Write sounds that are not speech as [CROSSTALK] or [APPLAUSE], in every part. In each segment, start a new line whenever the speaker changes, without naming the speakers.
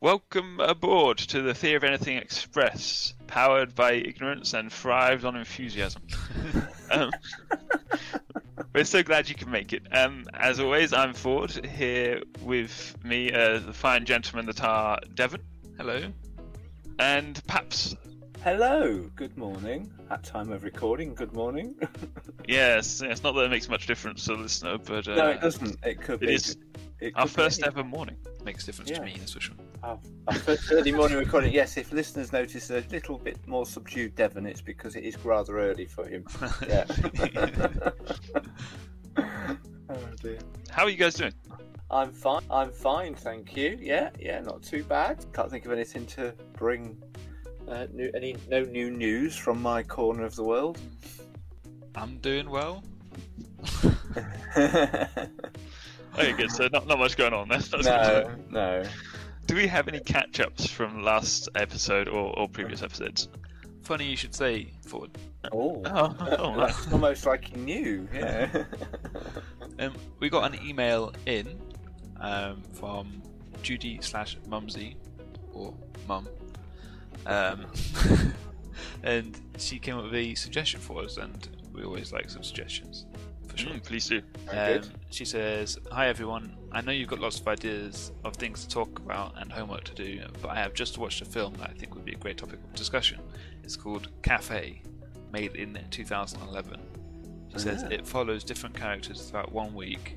Welcome aboard to the Theory of Anything Express, powered by ignorance and thrived on [LAUGHS] enthusiasm. um, we're so glad you can make it. Um, as always, I'm Ford, here with me, uh, the fine gentleman that are Devon
Hello.
and Paps.
Hello, good morning. At time of recording, good morning. [LAUGHS]
Uh, Yes, it's not that it makes much difference to the listener, but uh,
no, it doesn't. It could
it
be.
is
it
our
could
first
be.
ever morning.
Makes a difference
Yeah.
to me, that's for sure.
Our, our first early morning recording. Yes, if listeners notice a little bit more subdued Devon, it's because it is rather early for him. [LAUGHS]
[LAUGHS]
Yeah. oh dear.
How are you guys doing?
I'm fine. I'm fine, thank you. Yeah, yeah, not too bad. Can't think of anything to bring. Uh, new, any no new news from my corner of the world.
[LAUGHS]
[LAUGHS]
I'm doing well.
Okay, good. So not, not much going on. That's, that's good.
[LAUGHS] no, no.
[LAUGHS] Do we have any catch-ups from last episode or, or previous episodes?
Funny you should say, Ford.
Oh,
Oh, [LAUGHS] oh, right.
that's almost like he knew. Yeah.
Um, we got an email in um, from Judy slash Mumsy or Mum, um, [LAUGHS] and she came up with a suggestion for us, and we always like some suggestions for sure.
Mm, please do.
Very
Um,
good.
she says, "Hi everyone. I know you've got lots of ideas of things to talk about and homework to do, but I have just watched a film that I think would be a great topic of discussion. It's called Cafe, made in 2011. She says
Ah.
it follows different characters throughout one week,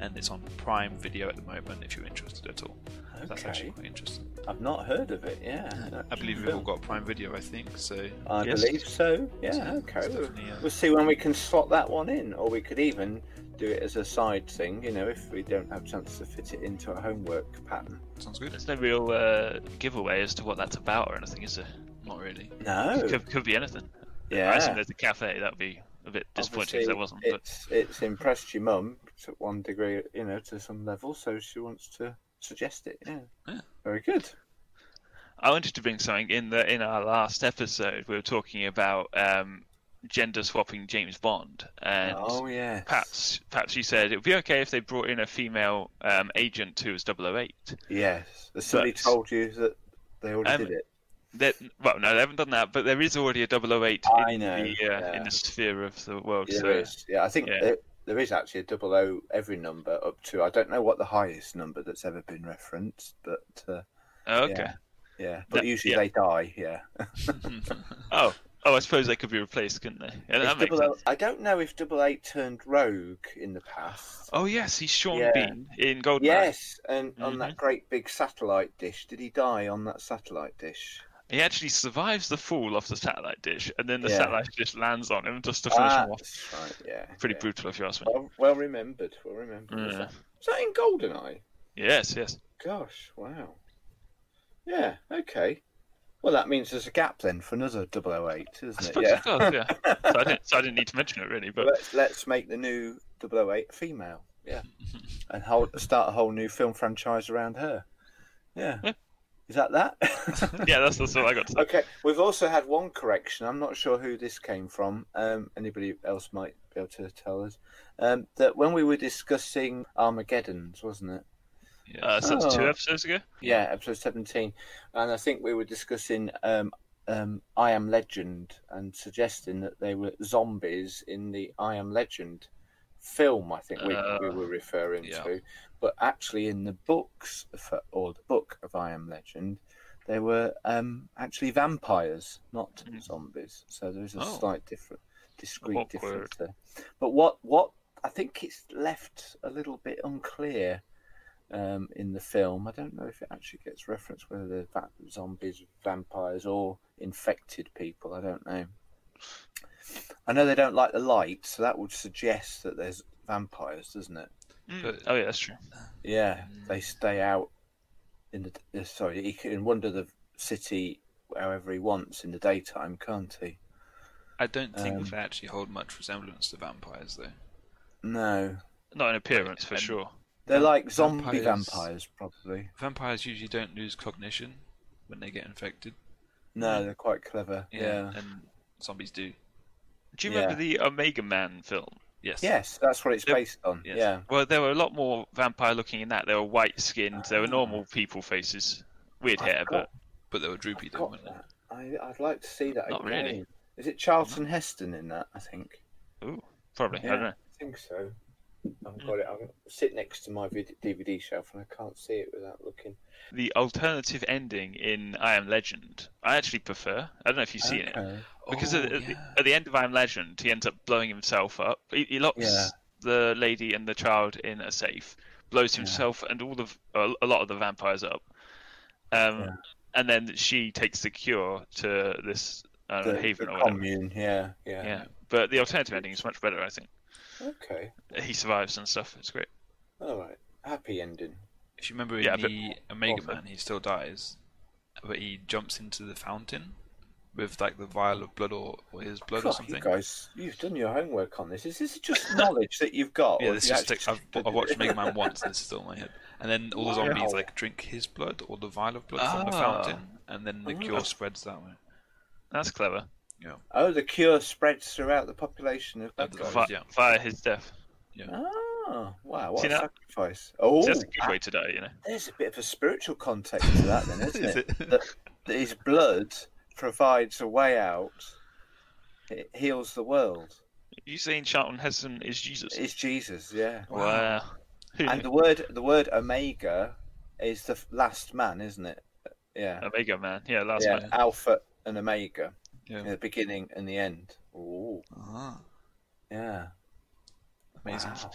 and it's on Prime Video at the moment. If you're interested at all, So that's
Okay.
actually quite interesting.
I've not heard of it. Yeah,
I believe we've all got Prime Video. I think so.
I
Yes.
believe so.
so
Yeah. Okay.
it's definitely, uh,
We'll see when we can slot that one in, or we could even do it as a side thing. You know, if we don't have chance to fit it into a homework pattern.
sounds good.
There's no real uh, giveaway as to what that's about or anything, is there?
Not [LAUGHS] really.
No.
Could, could be anything. I assume
Yeah.
there's a cafe. That would be a bit disappointing if
Obviously,
there wasn't. But
It's it's impressed your mum to one degree, you know, to some level. So she wants to suggest it. Yeah.
Yeah.
Very good.
I wanted to bring something in the in our last episode. We were talking about um, gender swapping James Bond, and
oh yeah.
perhaps perhaps you said it would be okay if they brought in a female um, agent who was 008.
Yes. Somebody
But-
told you that they already
Um,
did it.
That well, no, they haven't done that, but there is already a 008
I
in
know,
the uh,
Oh, yeah.
in the sphere of the world.
Yeah,
so
there is. Yeah, I think
yeah.
There, there is actually a double O every number up to. I don't know what the highest number that's ever been referenced, but uh,
Oh, okay.
Yeah. yeah, but
That-
usually
yeah.
they die. Yeah,
Oh, oh, I suppose they could be replaced, couldn't they? Yeah,
If
that makes
double O-
sense.
I don't know if double eight turned rogue in the past.
Oh yes, he's Sean
Yeah.
Bean in Goldeneye.
Yes, and on
Mm-hmm.
that great big satellite dish. Did he die on that satellite dish?
He actually survives the fall off the satellite dish, and then the
Yeah.
satellite dish lands on him just to finish
Ah,
him off.
that's right, yeah.
Pretty
yeah.
brutal, if you ask me.
Well, well remembered. Well remembered. Was,
Yeah.
that, was that in Goldeneye?
Yes, yes.
Gosh, wow. Yeah, okay. Well, that means there's a gap then for another 008,
I
isn't it?
suppose
Yeah.
it does, yeah. so, I didn't, so I didn't need to mention it really, but
Let's, let's make the new 008 female.
[LAUGHS]
Yeah. and hold, start a whole new film franchise around her. Yeah.
Yeah.
Is that that?
[LAUGHS]
[LAUGHS]
yeah, that's, that's all I got to say.
okay. We've also had one correction. I'm not sure who this came from. Um, anybody else might be able to tell us. Um, that when we were discussing Armageddon's, wasn't it?
Yeah.
Uh, so that's two
Oh.
episodes ago.
Yeah, episode 17. And I think we were discussing um, um, I Am Legend and suggesting that they were zombies in the I Am Legend film, I think we,
Uh,
we were referring
yeah.
to. But actually, in the books, for, or the book of I Am Legend, they were um, actually vampires, not
Mm.
zombies. So there is a
Oh.
slight different, discrete
Awkward.
difference there. But what, what I think it's left a little bit unclear um, in the film. I don't know if it actually gets referenced whether they're va- zombies, vampires, or infected people. I don't know. I know they don't like the light, so that would suggest that there's vampires, doesn't it?
Mm.
But-
oh yeah, that's true.
Yeah, they stay out in the uh, sorry. He can wander the city however he wants in the daytime, can't he?
I don't think
Um,
they actually hold much resemblance to vampires, though.
No,
Not in appearance for
And-
sure.
they're like zombie
Vampires.
vampires, probably.
vampires usually don't lose cognition when they get infected.
No, they're quite clever. Yeah.
And zombies do.
Do you
Yeah.
remember the Omega Man film?
Yes.
Yes, that's what it's
Yep.
based on.
Yes.
Yeah. Ah.
Well, there were a lot more vampire looking in that. They were white skinned. There were normal people faces Weird
I've
hair, but
got-
but they were droopy though,
Got
weren't
that. I, I'd like to see that
Not
again.
really.
Is it Charlton Heston in that? I think.
ooh, probably. I
Yeah.
don't know.
I think so. I've got it. I sit next to my vid- DVD shelf and I can't see it without looking.
The alternative ending in I Am Legend, I actually prefer. I don't know if you've seen it.
Okay.
Because
Oh,
at, at the,
yeah.
at the end of I'm Legend, he ends up blowing himself up. He, he locks
Yeah.
the lady and the child in a safe, blows himself and all the a- a lot of the vampires up. Um,
Yeah.
and then she takes the cure to this uh,
The,
haven
the
or whatever.
commune. Yeah, yeah.
Yeah, but the alternative ending is much better, I think.
Okay.
He survives and stuff. It's great.
All right. Happy ending.
If you remember in
Yeah, but-
the Omega
Awesome.
Man, he still dies, but he jumps into the fountain with like the vial of blood or, or his blood or
God, you
something.
guys, you've done your homework on this. Is this just knowledge that you've got?
Yeah,
or
this
have
just
you
like, I've,
actually
I watched Mega Man once, and this is still in my head. And then all the zombies
Wow.
like drink his blood or the vial of blood from the
Ah.
fountain, and then the
Ah.
cure spreads that way.
That's clever.
Oh, the cure spreads throughout the population of bad
Of the
guys.
Vi-
yeah.
Via his death.
Ah, wow, what
See
a
that?
sacrifice. Oh,
See, that's a good
that-
way to die, you know.
there's a bit of a spiritual context to
[LAUGHS]
that, then, isn't
Is
it?
it? [LAUGHS]
That, that his blood provides a way out, it heals the world.
You saying Charlton Heston is Jesus?
It's Jesus,
[LAUGHS]
yeah.
Wow. Who
And
knew?
the word the word omega is the f- last man, isn't it? Yeah.
Omega Man. Yeah, last
yeah,
man.
Alpha and Omega.
Yeah.
The beginning and the end. Ooh,
Ah,
yeah.
amazing.
Wow.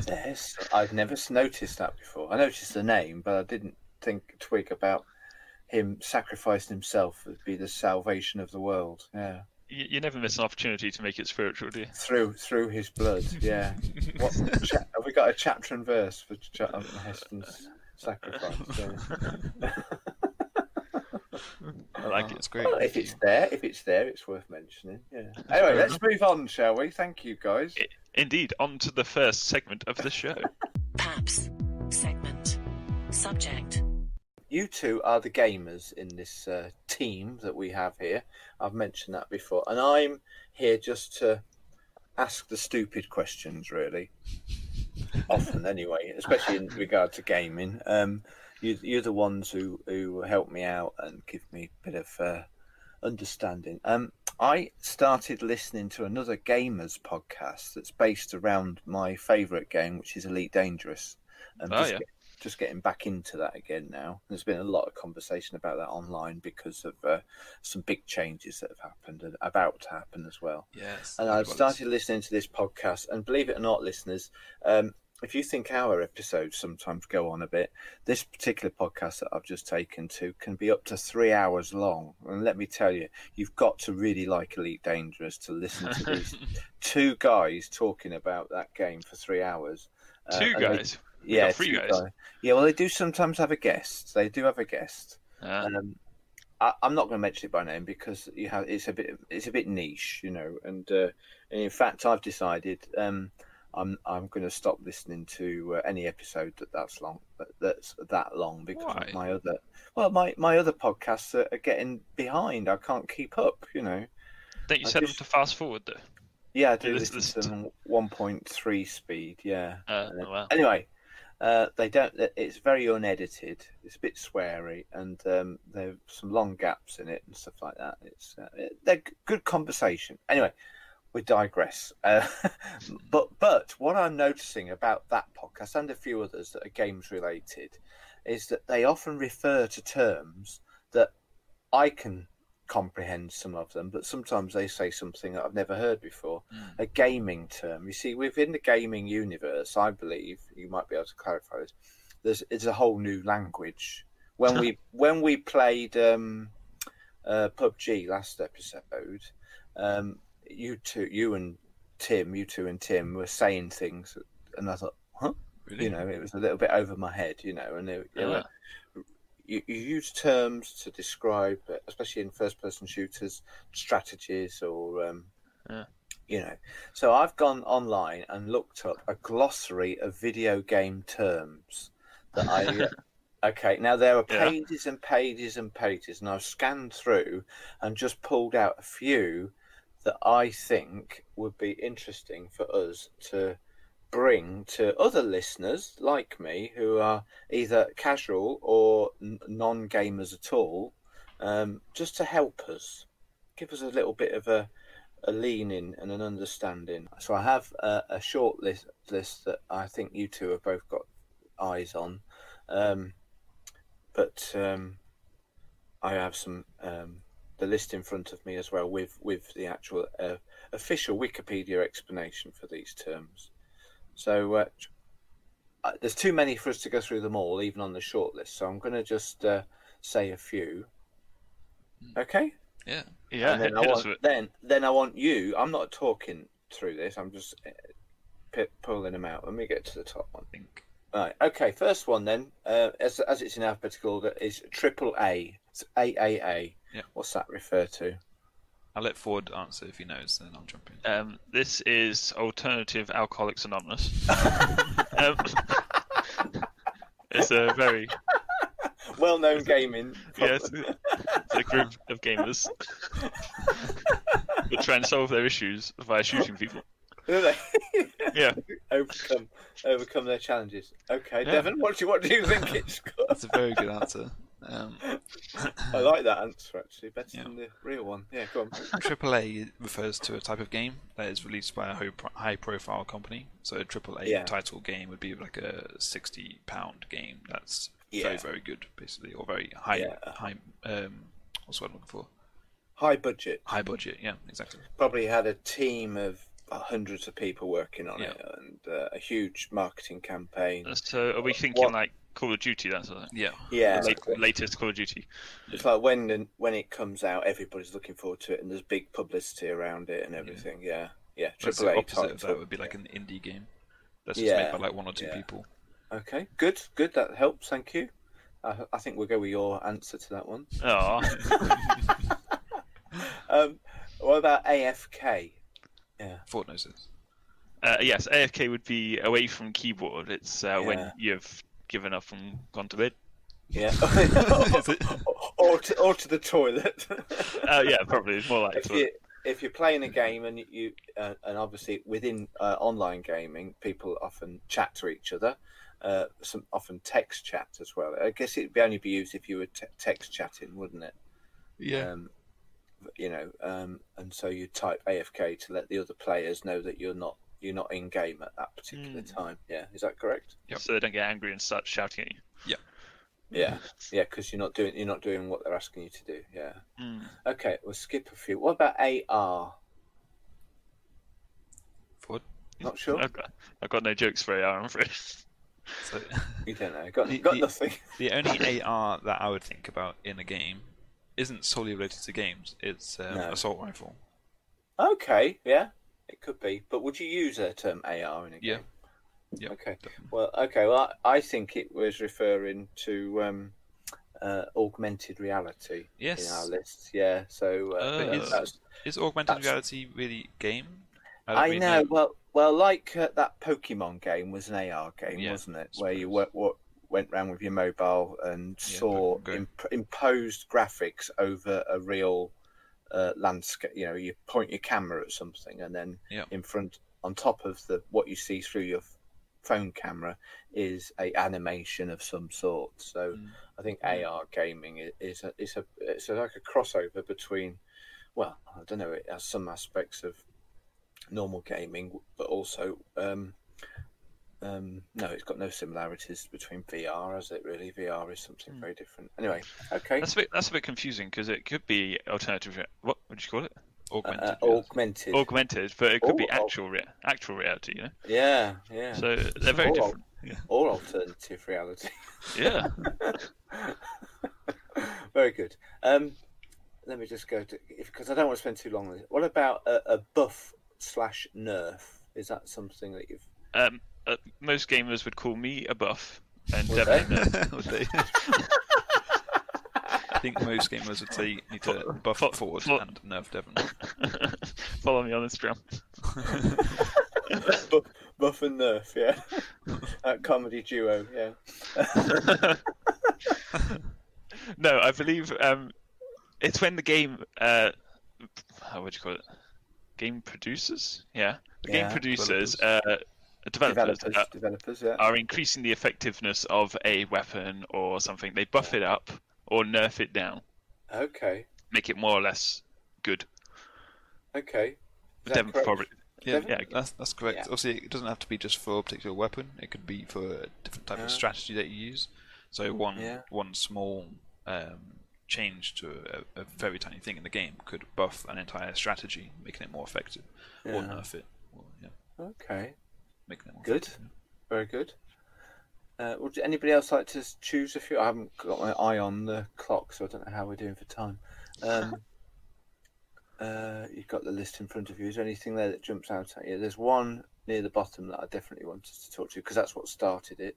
There's, I've never s- noticed that before. I noticed the name, but I didn't think twig about him sacrificing himself would be the salvation of the world. Yeah,
You, you never miss an opportunity to make it spiritual, do you?
through through his blood. Yeah. What cha- have we got a chapter and verse for Charlton Heston's sacrifice? Yeah.
I like it.
It's great.
Well, Oh, if
Thank
it's
you.
there, if it's there, it's worth mentioning. Yeah. Anyway, let's move on, shall we? Thank you, guys.
Indeed, on to the first segment of
[LAUGHS]
the show.
Paps. Segment. Subject.
you two are the gamers in this uh, team that we have here. I've mentioned that before, and I'm here just to ask the stupid questions, really. [LAUGHS] Often, anyway, especially in regard to gaming. Um, you, you're the ones who, who help me out and give me a bit of uh, understanding. Um, I started listening to another gamers podcast that's based around my favourite game, which is Elite Dangerous. And
Oh,
just
yeah.
get- just getting back into that again now. There's been a lot of conversation about that online because of uh, some big changes that have happened and about to happen as well.
Yes.
And
as
I've
well as-
started listening to this podcast, and believe it or not, listeners, um, if you think our episodes sometimes go on a bit, this particular podcast that I've just taken to can be up to three hours long. And let me tell you, you've got to really like Elite Dangerous to listen to these
[LAUGHS]
two guys talking about that game for three hours. Uh,
Two
and they-
guys. We
yeah,
got three
two
guys.
Yeah, well, they do sometimes have a guest. They do have a guest.
Uh,
Um, I, I'm not going to mention it by name because you have it's a bit it's a bit niche, you know. And, uh, and in fact, I've decided um, I'm I'm going to stop listening to uh, any episode that that's long that, that's that long because
Why?
my other well my my other podcasts are, are getting behind. I can't keep up, you know.
don't you
I
set
just-
them to fast forward, though?
Yeah, I do
this-
listen to
this-
them on 1.3 speed. Yeah.
Uh,
Yeah.
well,
Anyway, uh, they don't. It's very unedited. It's a bit sweary, and um, there are some long gaps in it and stuff like that. It's uh, it- they're g- good conversation. Anyway, we digress. Uh, [LAUGHS] but but what I'm noticing about that podcast and a few others that are games related is that they often refer to terms that I can comprehend some of them, but sometimes they say something that I've never heard before. A gaming term. You see, within the gaming universe, I believe you might be able to clarify this. There's it's a whole new language. When we when we played um, uh, PUBG last episode, um, you two, you and Tim, you two and Tim were saying things, and I thought, huh?
Really?
You know, it was a little bit over my head, you know, and it,
Yeah.
you, you use terms to describe, uh, especially in first-person shooters, strategies or, um,
Yeah.
you know. So I've gone online and looked up a glossary of video game terms that I. uh,
[LAUGHS]
Okay, now there are
Yeah.
pages and pages and pages, and I've scanned through and just pulled out a few that I think would be interesting for us to bring to other listeners like me who are either casual or n- non gamers at all, um, just to help us, give us a little bit of a, a leaning and an understanding. So I have a, a short list, list that I think you two have both got eyes on, um, but um, I have some um, the list in front of me as well with with the actual uh, official Wikipedia explanation for these terms. So uh, j- uh, there's too many for us to go through them all, even on the short list. So I'm going to just uh, say a few.
Hmm.
Okay.
Yeah.
Yeah,
And then,
hit,
I
hit us
want,
with it.
then then I want you. I'm not talking through this. I'm just uh, pi pulling them out. Let me get to the top one.
think.
Right. Okay. First one then, uh, as as it's in alphabetical order, is triple A. It's AAA.
Yeah.
What's that refer to?
I'll let Ford answer if he knows, then I'll jump
[LAUGHS]
in.
Um, this is Alternative Alcoholics
[LAUGHS]
Anonymous. um, it's a very
[LAUGHS]
Well-known gaming.
yes, it's a group of gamers that try and solve their issues via shooting people.
[LAUGHS] Do they?
Yeah,
overcome overcome their challenges. Okay,
Yeah.
Devon, what do you what do you think it's got?
That's a very good answer. Um,
I like that answer actually, better
Yeah.
than the real one. Yeah, go on.
AAA refers to a type of game that is released by a ho- high-profile company. So a AAA
Yeah.
title game would be like a sixty-pound game that's
Yeah.
very, very good, basically, or very high,
Yeah.
high. Um, what's the word I'm looking for?
High budget.
High budget. Yeah, exactly.
Probably had a team of hundreds of people working on
Yeah.
it and uh, a huge marketing campaign.
so are we thinking
What-
like Call of Duty? That's sort of thing?
Yeah.
Yeah,
Late- latest Call of Duty.
it's like when when it comes out, everybody's looking forward to it, and there's big publicity around it and everything. Yeah, yeah.
That's
Triple
the
A
opposite
type.
of that would be like an indie game that's just
Yeah.
made by like one or two
Yeah.
people.
Okay, good, good. That helps. Thank you. I, I think we'll go with your answer to that one. [LAUGHS]
Oh,
Um, what about AFK?
Ford knows this.
uh, yes. AFK would be away from keyboard. It's uh,
Yeah.
when you've given up and gone to bed.
[LAUGHS]
Yeah. [LAUGHS]
Is it?
or, to, or to the toilet. [LAUGHS]
Uh, yeah, probably it's more like
if, you, if you're playing a game and you uh, and obviously within uh, online gaming, people often chat to each other. Uh, some often text chat as well. I guess it'd be only be used if you were te- text chatting, wouldn't it?
Yeah.
Um, you know, um, and so you type AFK to let the other players know that you're not you're not in game at that particular
Hmm.
time. Yeah, is that correct?
Yep.
so they don't get angry and start shouting at you. Hmm.
Yeah, yeah, because you're not doing you're not doing what they're asking you to do. Yeah.
Mm.
Okay, we'll skip a few. What about AR?
Ford.
Not sure.
I've, got, I've got no jokes for AR, I'm
[LAUGHS]
afraid.
So
You don't know. Got
The-
got
the-
nothing.
the only AR that I would think about in a game isn't solely related to games. It's um,
No.
assault rifle.
Okay, yeah, it could be. But would you use the term AR in a game?
Yeah. Yep.
Okay.
Definitely.
Well, okay. Well, I, I think it was referring to um, uh, augmented reality in our
Yes.
list. Yeah. So uh,
Uh,
that-
it's-
that's-
Is augmented
That's-
reality really game? don't
I
really
know. Well, well, like uh, that Pokemon game was an AR game,
Yeah,
wasn't it?
I
Where you
suppose.
what what went round with your mobile and
Yeah,
saw
Pokemon Go.
imp- imposed graphics over a real uh, landscape. You know, you point your camera at something, and then
Yeah.
in front, on top of the what you see through your f- phone camera is a animation of some sort. So
Mm.
I think
Hmm.
Mm.
AR gaming i- is a it's a it's a, like a crossover between. Well, I don't know. It has some aspects of normal gaming, but also um, um, no, it's got no similarities between VR, has it? Really, VR is something very different. Anyway, okay,
Hmm. That's a bit, that's a bit confusing because it could be alternative. rea- What would you call it?
augmented.
uh,
reality.
augmented.
Augmented, but it could be
Oh, oh.
actual rea- actual reality. You know,
yeah, yeah,
so they're very
Oh,
different.
or alternative reality.
Yeah,
[LAUGHS] very good. Um, let me just go to because I don't want to spend too long on this. What about a, a buff slash nerf? Is that something that [LAUGHS] you've
um, uh, most gamers would call me a buff, and
Would
Devin, uh,
Would
[LAUGHS]
they? I think most gamers would say you need to buff
fo-
forward
fo-
and nerf Devon.
[LAUGHS] follow me on Instagram.
buff, buff and nerf? [LAUGHS] Yeah, that comedy duo. Yeah.
[LAUGHS] no, I believe um, it's when the game. Uh, how would you call it? Game producers, yeah, the
Yeah,
game producers uh, developers,
developers,
uh,
developers, yeah.
are increasing the effectiveness of a weapon or something. They buff it up or nerf it down,
Okay,
make it more or less good.
okay. Is that
Devon
correct?
probably-
Yeah,
Devon?
yeah.
that's that's correct.
Yeah.
Obviously, it doesn't have to be just for a particular weapon. It could be for a different type
Yeah.
of strategy that you use. So one
Uh-huh. Yeah.
one small um, change to a, a very tiny thing in the game could buff an entire strategy, making it more effective, or
Yeah.
nerf it, or yeah,
Okay,
making it more
Good.
Effective.
very good. Uh, would anybody else like to s- choose a few? I haven't got my eye on the clock, so I don't know how we're doing for time. Um, uh, you've got the list in front of you. Is there anything there that jumps out at you? There's one near the bottom that I definitely wanted to talk to because that's what started it.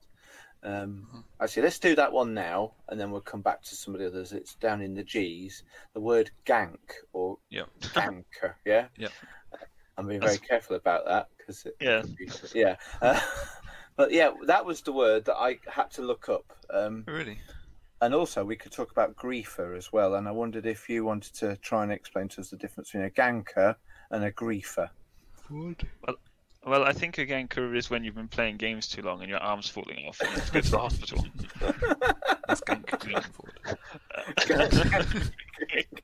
Um, Actually, let's do that one now, and then we'll come back to some of the others. It's down in the G's. The word gank or
Yeah.
ganker, yeah?
Yep.
I'm being very careful about that because it
Yeah,
yeah. Uh, [LAUGHS] but yeah, that was the word that I had to look up. Um,
Really?
and also, we could talk about griefer as well. And I wondered if you wanted to try and explain to us the difference between a ganker and a griefer.
Well, I think again, ganker is when you've been playing games too long and your arm's falling off and you have to go to the hospital.
That's gank going forward.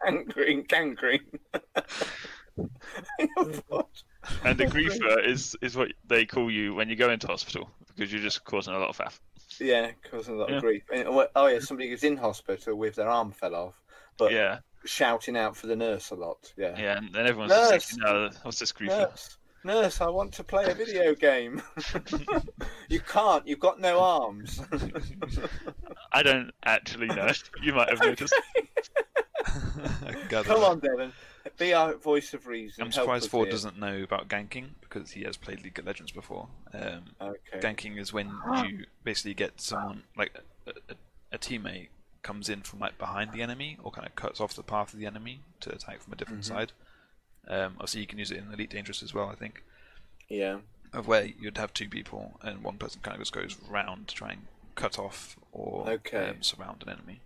Gangrene, gangrene. Oh, God.
And a griefer is, is what they call you when you go into hospital because you're just causing a lot of faff.
[LAUGHS] yeah, causing a lot
Yeah.
of grief. And, well, oh, yeah, somebody who's in hospital with their arm fell off, but
Yeah,
shouting out for the nurse a lot. Yeah.
yeah, and then everyone's
Nurse.
just thinking, "No, what's this griefer?"
Nurse, nurse, I want to play a video game. [LAUGHS] you can't. You've got no arms. [LAUGHS]
I don't actually know. You might have
[LAUGHS]
noticed.
Come on, Devon. Be our voice of reason.
I'm
Help
surprised
us
Ford
here.
doesn't know about ganking because he has played League of Legends before. Um,
Okay.
Ganking is when you basically get someone like a, a, a teammate comes in from like behind the enemy or kind of cuts off the path of the enemy to attack from a different
Mm-hmm.
side. Um, obviously, you can use it in Elite Dangerous as well, I think,
Yeah.
of where you'd have two people and one person kind of just goes round to try and cut off or
Okay.
um, surround an enemy.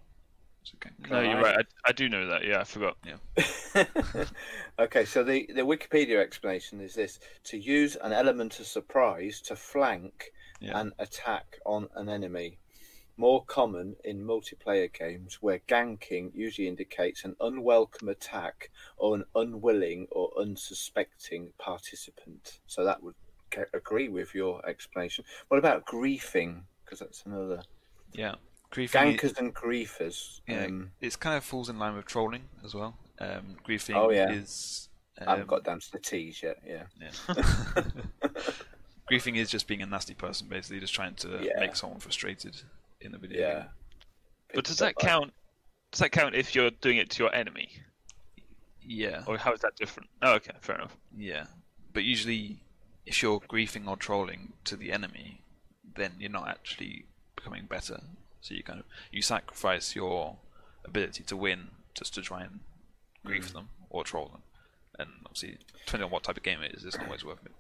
So ganking.
No, you're
Right.
right. I, I do know that. Yeah, I forgot.
[LAUGHS] okay, so the, the Wikipedia explanation is this to use an element of surprise to flank
Yeah.
an attack on an enemy. More common in multiplayer games where ganking usually indicates an unwelcome attack or an unwilling or unsuspecting participant. So that would ca- agree with your explanation. What about griefing? Because that's another.
Yeah. Griefing-
Gankers and griefers.
Yeah,
um,
it's kind of falls in line with trolling as well. Um, griefing
Oh, yeah.
is. Um,
I haven't got down to the T's yet, yeah.
yeah. [LAUGHS] griefing is just being a nasty person, basically, just trying to
Yeah.
make someone frustrated in the video.
Yeah.
game.
But does that
Picked up
count? Does that count if you're doing it to your enemy,
Yeah.
or how is that different? Oh, okay, fair enough.
Yeah. But usually, if you're griefing or trolling to the enemy, then you're not actually becoming better. So you kind of you sacrifice your ability to win just to try and grief them or troll them. And obviously, depending on what type of game it is, it's not always worth it.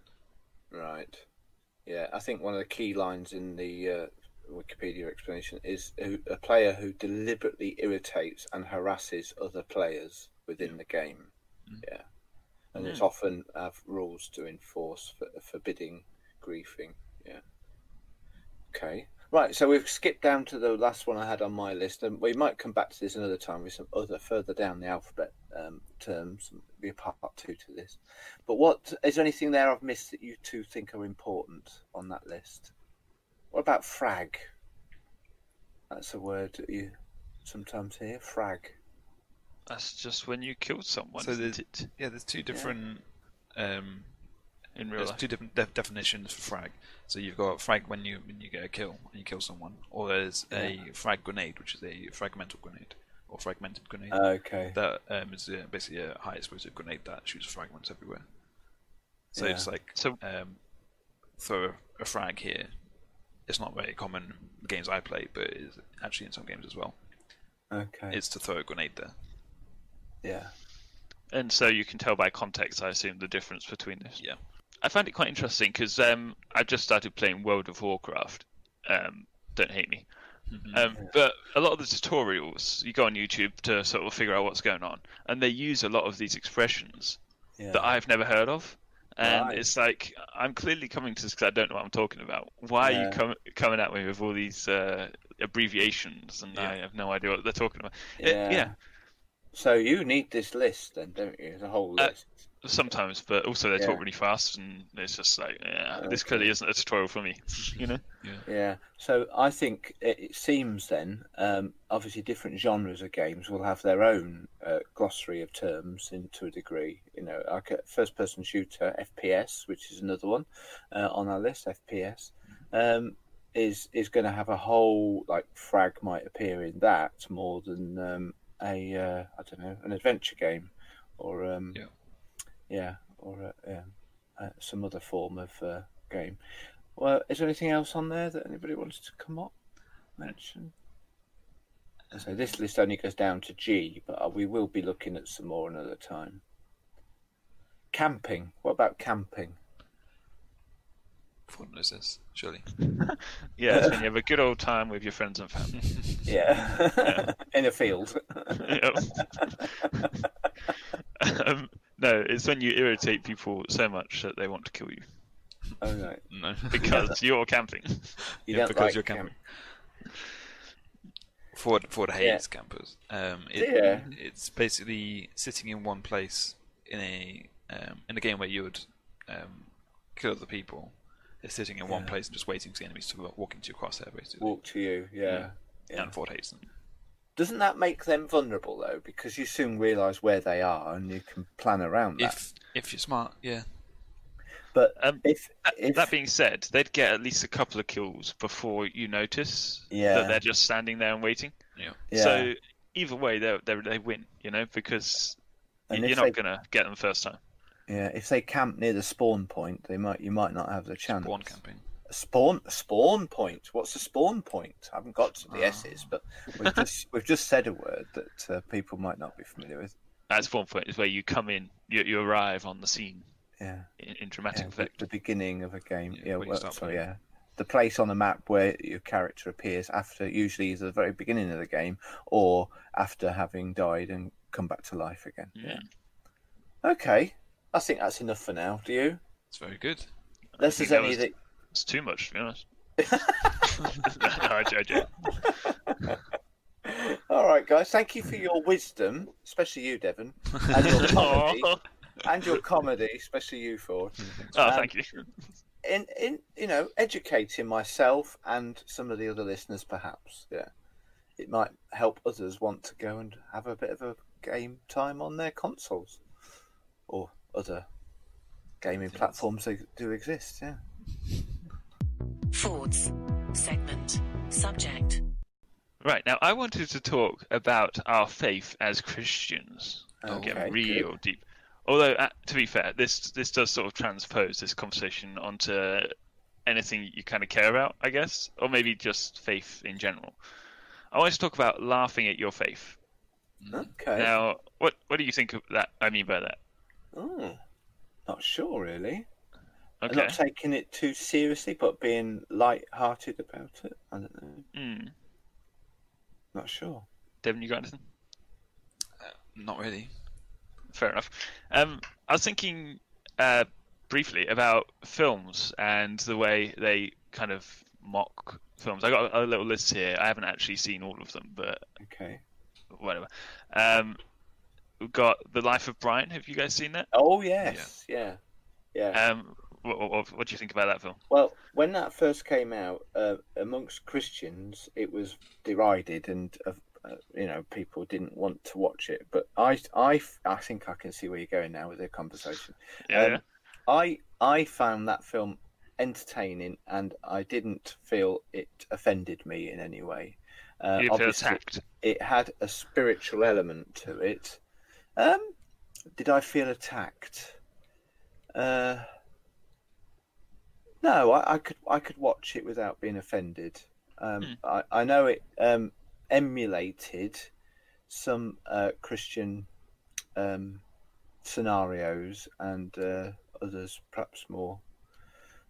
by- Right. Yeah, I think one of the key lines in the uh, Wikipedia explanation is who, a player who deliberately irritates and harasses other players within the game. Yeah. And it's often have rules to enforce for forbidding griefing. Yeah. Okay. Right, so we've skipped down to the last one I had on my list, and we might come back to this another time with some other further down the alphabet um, terms. It'll be a part two to this. But what is there anything there I've missed that you two think are important on that list? What about frag? That's a word that you sometimes hear. Frag.
That's just when you kill someone,
So
isn't
the-
it?
Yeah, there's two different um,
In real
there's
life.
two different def- definitions for frag. So you've got frag when you when you get a kill and you kill someone, or there's a frag grenade, which is a fragmental grenade or fragmented grenade.
Uh, Okay.
that um, is uh, basically a high explosive grenade that shoots fragments everywhere. So
Yeah.
just like
So-
um, throw a, a frag here. It's not very common in games I play, but it's actually in some games as well.
Okay.
It's to throw a grenade there.
Yeah.
And so you can tell by context, I assume, the difference between this.
Yeah.
I found it quite interesting because um, I just started playing World of Warcraft. Um, don't hate me.
Mm-hmm.
Um, but a lot of the tutorials, you go on YouTube to sort of figure out what's going on, and they use a lot of these expressions
Yeah.
that I've never heard of. And
Right.
it's like I'm clearly coming to this because I don't know what I'm talking about. Why are
Yeah.
you com- coming at me with all these uh, abbreviations? And I
Yeah.
have no idea what they're talking about. It- yeah.
So you need this list, then, don't you? The whole
Uh,
list.
Sometimes, but also they
Yeah.
talk really fast, and it's just like, yeah, this
Okay.
clearly isn't a tutorial for me. [LAUGHS] you know?
Yeah. So I think it, it seems then, um, obviously, different genres of games will have their own uh, glossary of terms in, to a degree. You know, like a first person shooter, FPS, which is another one uh, on our list, FPS, um, is is going to have a whole, like, frag might appear in that more than um, a, uh, I don't know, an adventure game or, um,
Yeah.
yeah, or uh, um, uh, some other form of uh, game. Well, is there anything else on there that anybody wants to come up mention? So this list only goes down to G, but uh, we will be looking at some more another time. Camping. What about camping?
Everyone knows this, surely.
Yeah,
[LAUGHS]
it's when you have a good old time with your friends and family.
Yeah, [LAUGHS] in
[LAUGHS]
a field.
Yep. um, no, it's when you irritate people so much that they want to kill you
Oh no,
[LAUGHS] No.
because you're camping.
you
Yeah,
don't
because
like
you're
camp-
camping. Ford Ford hates
Yeah.
campers. Um, it,
Yeah.
It's basically sitting in one place in a um, in a game where you would um, kill other people. It's sitting in one
Yeah.
place and just waiting for the enemies to wa- walk into your crosshair, basically.
Walk to you. Yeah.
Yeah.
yeah.
And Ford hates them.
Doesn't that make them vulnerable though? Because you soon realise where they are and you can plan around that.
If if you're smart, yeah.
but
Um,
if,
That-
if
That being said, they'd get at least a couple of kills before you notice
Yeah.
that they're just standing there and waiting.
Yeah.
yeah.
So either way, they they they win, you know, because y-
And
you're
if
not
they-
gonna get them first time.
Yeah, if they camp near the spawn point, they might you might not have the chance.
Born camping.
Spawn spawn point. What's a spawn point? I haven't got to the
Ah.
S's, but we've just [LAUGHS] we've just said a word that uh, people might not be familiar with.
That's one point is where you come in, you, you arrive on the scene
Yeah,
in, in
yeah,
dramatic
the-
effect.
the beginning of a game.
Yeah,
Yeah,
where you
well,
start
so
playing.
yeah, the place on the map where your character appears after usually either the very beginning of the game or after having died and come back to life again.
Yeah.
Okay, I think that's enough for now. Do you?
It's very good.
Unless
think
there's
that
any
was-
that
It's too much, to be
[LAUGHS]
honest. [LAUGHS] no, I joke, I joke.
[LAUGHS] All right, guys. Thank you for your wisdom, especially you, Devon, and your comedy,
Aw.
and your comedy, especially you, Ford.
Oh,
Um,
thank you. [LAUGHS]
In, in, you know, educating myself and some of the other listeners, perhaps. Yeah, it might help others want to go and have a bit of a game time on their consoles or other gaming platforms that do exist. Yeah.
Ford's segment. Subject.
Right, now I wanted to talk about our faith as Christians.
Oh,
Get
Okay,
real deep. Although, uh, to be fair, this this does sort of transpose this conversation onto anything you kind of care about, I guess, or maybe just faith in general. I want to talk about laughing at your faith.
good. Okay.
Now, what what do you think of that? I mean by that.
Oh, not sure really. I'm
Okay.
Not taking it too seriously, but being light-hearted about it. I don't know.
Mm.
Not sure.
Devin, you got anything?
Not really.
Fair enough. Um, I was thinking uh, briefly about films and the way they kind of mock films. I got a, a little list here. I haven't actually seen all of them, but
Okay.
whatever. Um, we've got The Life of Brian. Have you guys seen that?
Oh yes, yeah, yeah.
Um, what, what, what do you think about that film?
well, when that first came out, uh, amongst Christians, it was derided, and uh, uh, you know people didn't want to watch it. But I, I, I think I can see where you're going now with the conversation.
Yeah,
Um, I I found that film entertaining, and I didn't feel it offended me in any way. Uh,
yeah. you feel
obviously-
attacked.
it had a spiritual element to it. Um, did I feel attacked? Uh, no, I, I could I could watch it without being offended. Um,
Hmm.
I, I know it um, emulated some uh, Christian um, scenarios and uh, others perhaps more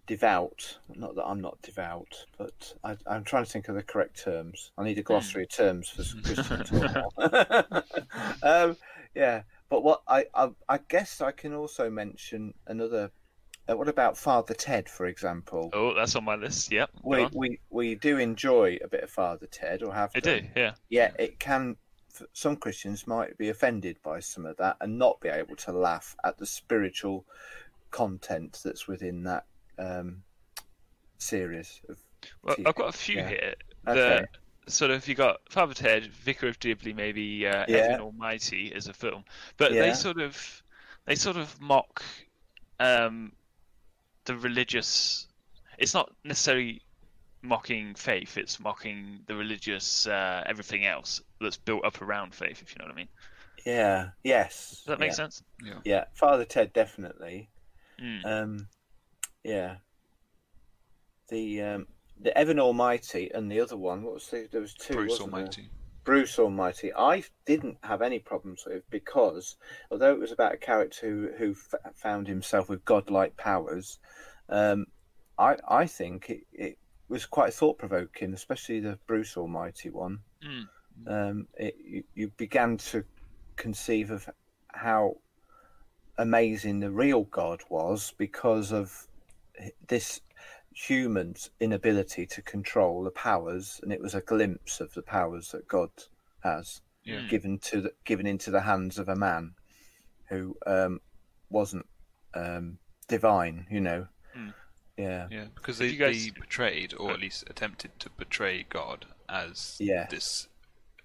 devout. Not that I'm not devout, but I, I'm trying to think of the correct terms. I need a glossary of terms for Christian [LAUGHS] talk. um, yeah, but what I, I I guess I can also mention another Uh, what about Father Ted, for example?
Oh, that's on my list. Yep. go
we,
on.
we we do enjoy a bit of Father Ted, or have
I
done.
do. Yeah.
Yeah, it can. f- Some Christians might be offended by some of that and not be able to laugh at the spiritual content that's within that um, series of
Well,
TV.
I've got a few
Yeah.
here.
Okay.
The sort of you got Father Ted, Vicar of Dibley, maybe uh,
Yeah.
Evan Almighty as a film, but
Yeah.
they sort of they sort of mock um, the religious. It's not necessarily mocking faith; it's mocking the religious uh, everything else that's built up around faith. If you know what I mean.
Yeah. Yes.
Does that make
yeah.
sense?
Yeah. Father Ted definitely.
Mm.
Um, yeah. The um, the Evan Almighty and the other one. What was the, there was two.
Bruce
wasn't there?
Almighty.
Bruce Almighty, I didn't have any problems with because although it was about a character who, who f- found himself with godlike powers, um, I I think it, it was quite thought provoking, especially the Bruce Almighty one.
Mm.
Um, it, you, you began to conceive of how amazing the real God was because of this human's inability to control the powers, and it was a glimpse of the powers that God has
Yeah.
given to the, given into the hands of a man who um, wasn't um, divine. You know,
Mm.
yeah,
Yeah, because they,
you guys-
they portrayed, or
Uh,
at least attempted to portray God as
Yeah.
this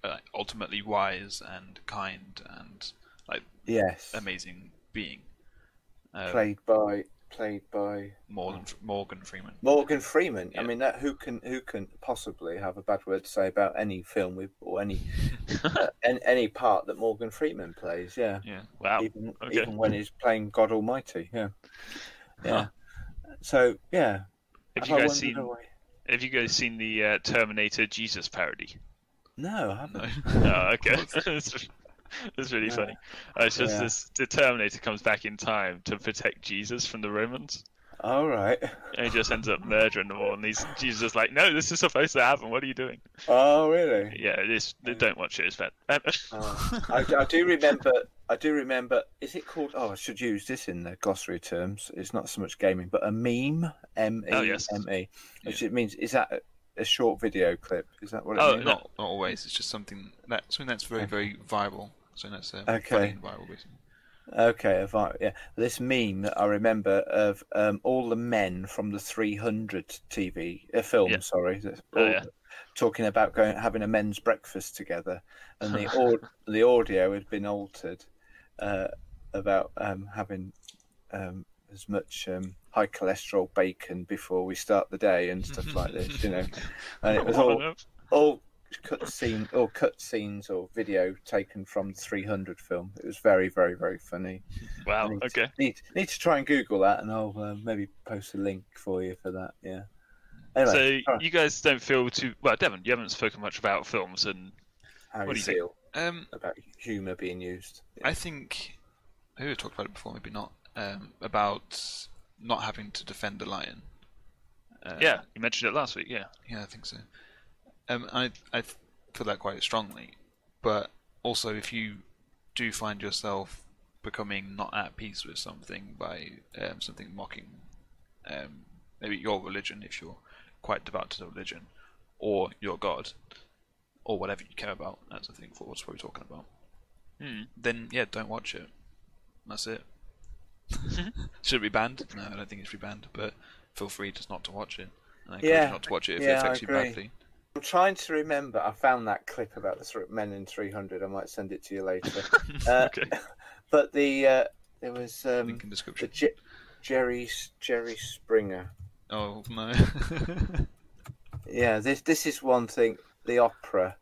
uh, ultimately wise and kind and like
yes,
amazing being. Uh,
played by played by
Morgan, Morgan Freeman. [LAUGHS]
Morgan Freeman. I
Yeah.
mean, that who can who can possibly have a bad word to say about any film with or
[LAUGHS]
any uh, an- any part that Morgan Freeman plays? Yeah,
Yeah.
Wow.
even
Oh, okay.
even when he's playing God Almighty. Yeah, yeah. So yeah,
Have
Have
you guys
I wandered
seen?
away?
Have you guys seen the uh, Terminator Jesus parody?
No, I haven't.
No.
oh, okay. [LAUGHS] that's, that's really
Yeah.
funny. Uh, it's just
Yeah.
this the Terminator comes back in time to protect Jesus from the Romans,
All right. [LAUGHS]
and he just ends up murdering them all. And these Jesus is like, no, this is supposed to happen. What are you doing?
Oh, really?
Yeah, it is.
Yeah.
Don't watch it. It's bad. [LAUGHS] Um,
Oh. I, I do remember. I do remember. Is it called? Oh, I should use this in the glossary terms. It's not so much gaming, but a meme. M E
Oh, yes.
M E, which it means is that a, a short video clip? Is that what it
Oh,
means?
Not not always. It's just something that something that's very very viral. So that's uh,
Okay.
funny and viral basically.
Okay, if I, yeah. This meme that I remember of um, all the men from the 300 TV uh, film,
Yeah.
sorry, that's
Oh,
all
yeah.
talking about going having a men's breakfast together, and the
[LAUGHS]
au- the audio had been altered uh, about um, having um, as much um, high cholesterol bacon before we start the day and stuff like this,
[LAUGHS]
you know, and it was all all cut scene or cut scenes or video taken from the 300 film. It was very, very, very funny.
wow.
Need-
Oh, Okay.
Need need to try and Google that, and I'll uh, maybe post a link for you for that. Yeah. Anyway,
so
all right,
you guys don't feel too well, Devon. You haven't spoken much about films, and
how
what
you
do you
feel
Um,
about humour being used?
I think maybe we talked about it before, maybe not. Um, about not having to defend a lion. Uh,
yeah, you mentioned it last week. Yeah.
Yeah, I think so. Um, I I th- feel that quite strongly, but also if you do find yourself becoming not at peace with something by um, something mocking, um, maybe your religion if you're quite devout to the religion, or your God, or whatever you care about. That's I think what's what we're talking about.
Hmm.
Then yeah, don't watch it. That's it. Should it be banned? No, I don't think it should be banned. But feel free just not to watch it. And I encourage
Yeah,
you not to watch it if
yeah,
it
I
affects you
agree.
badly.
I'm trying to remember. I found that clip about the thr- men in 300. I might send it to
[LAUGHS]
you later. uh,
Okay.
[LAUGHS] But the uh, there was um,
Link in
the
description.
J- Jerry Jerry Springer.
Oh
[LAUGHS]
no.
Yeah, this this is one thing. The opera.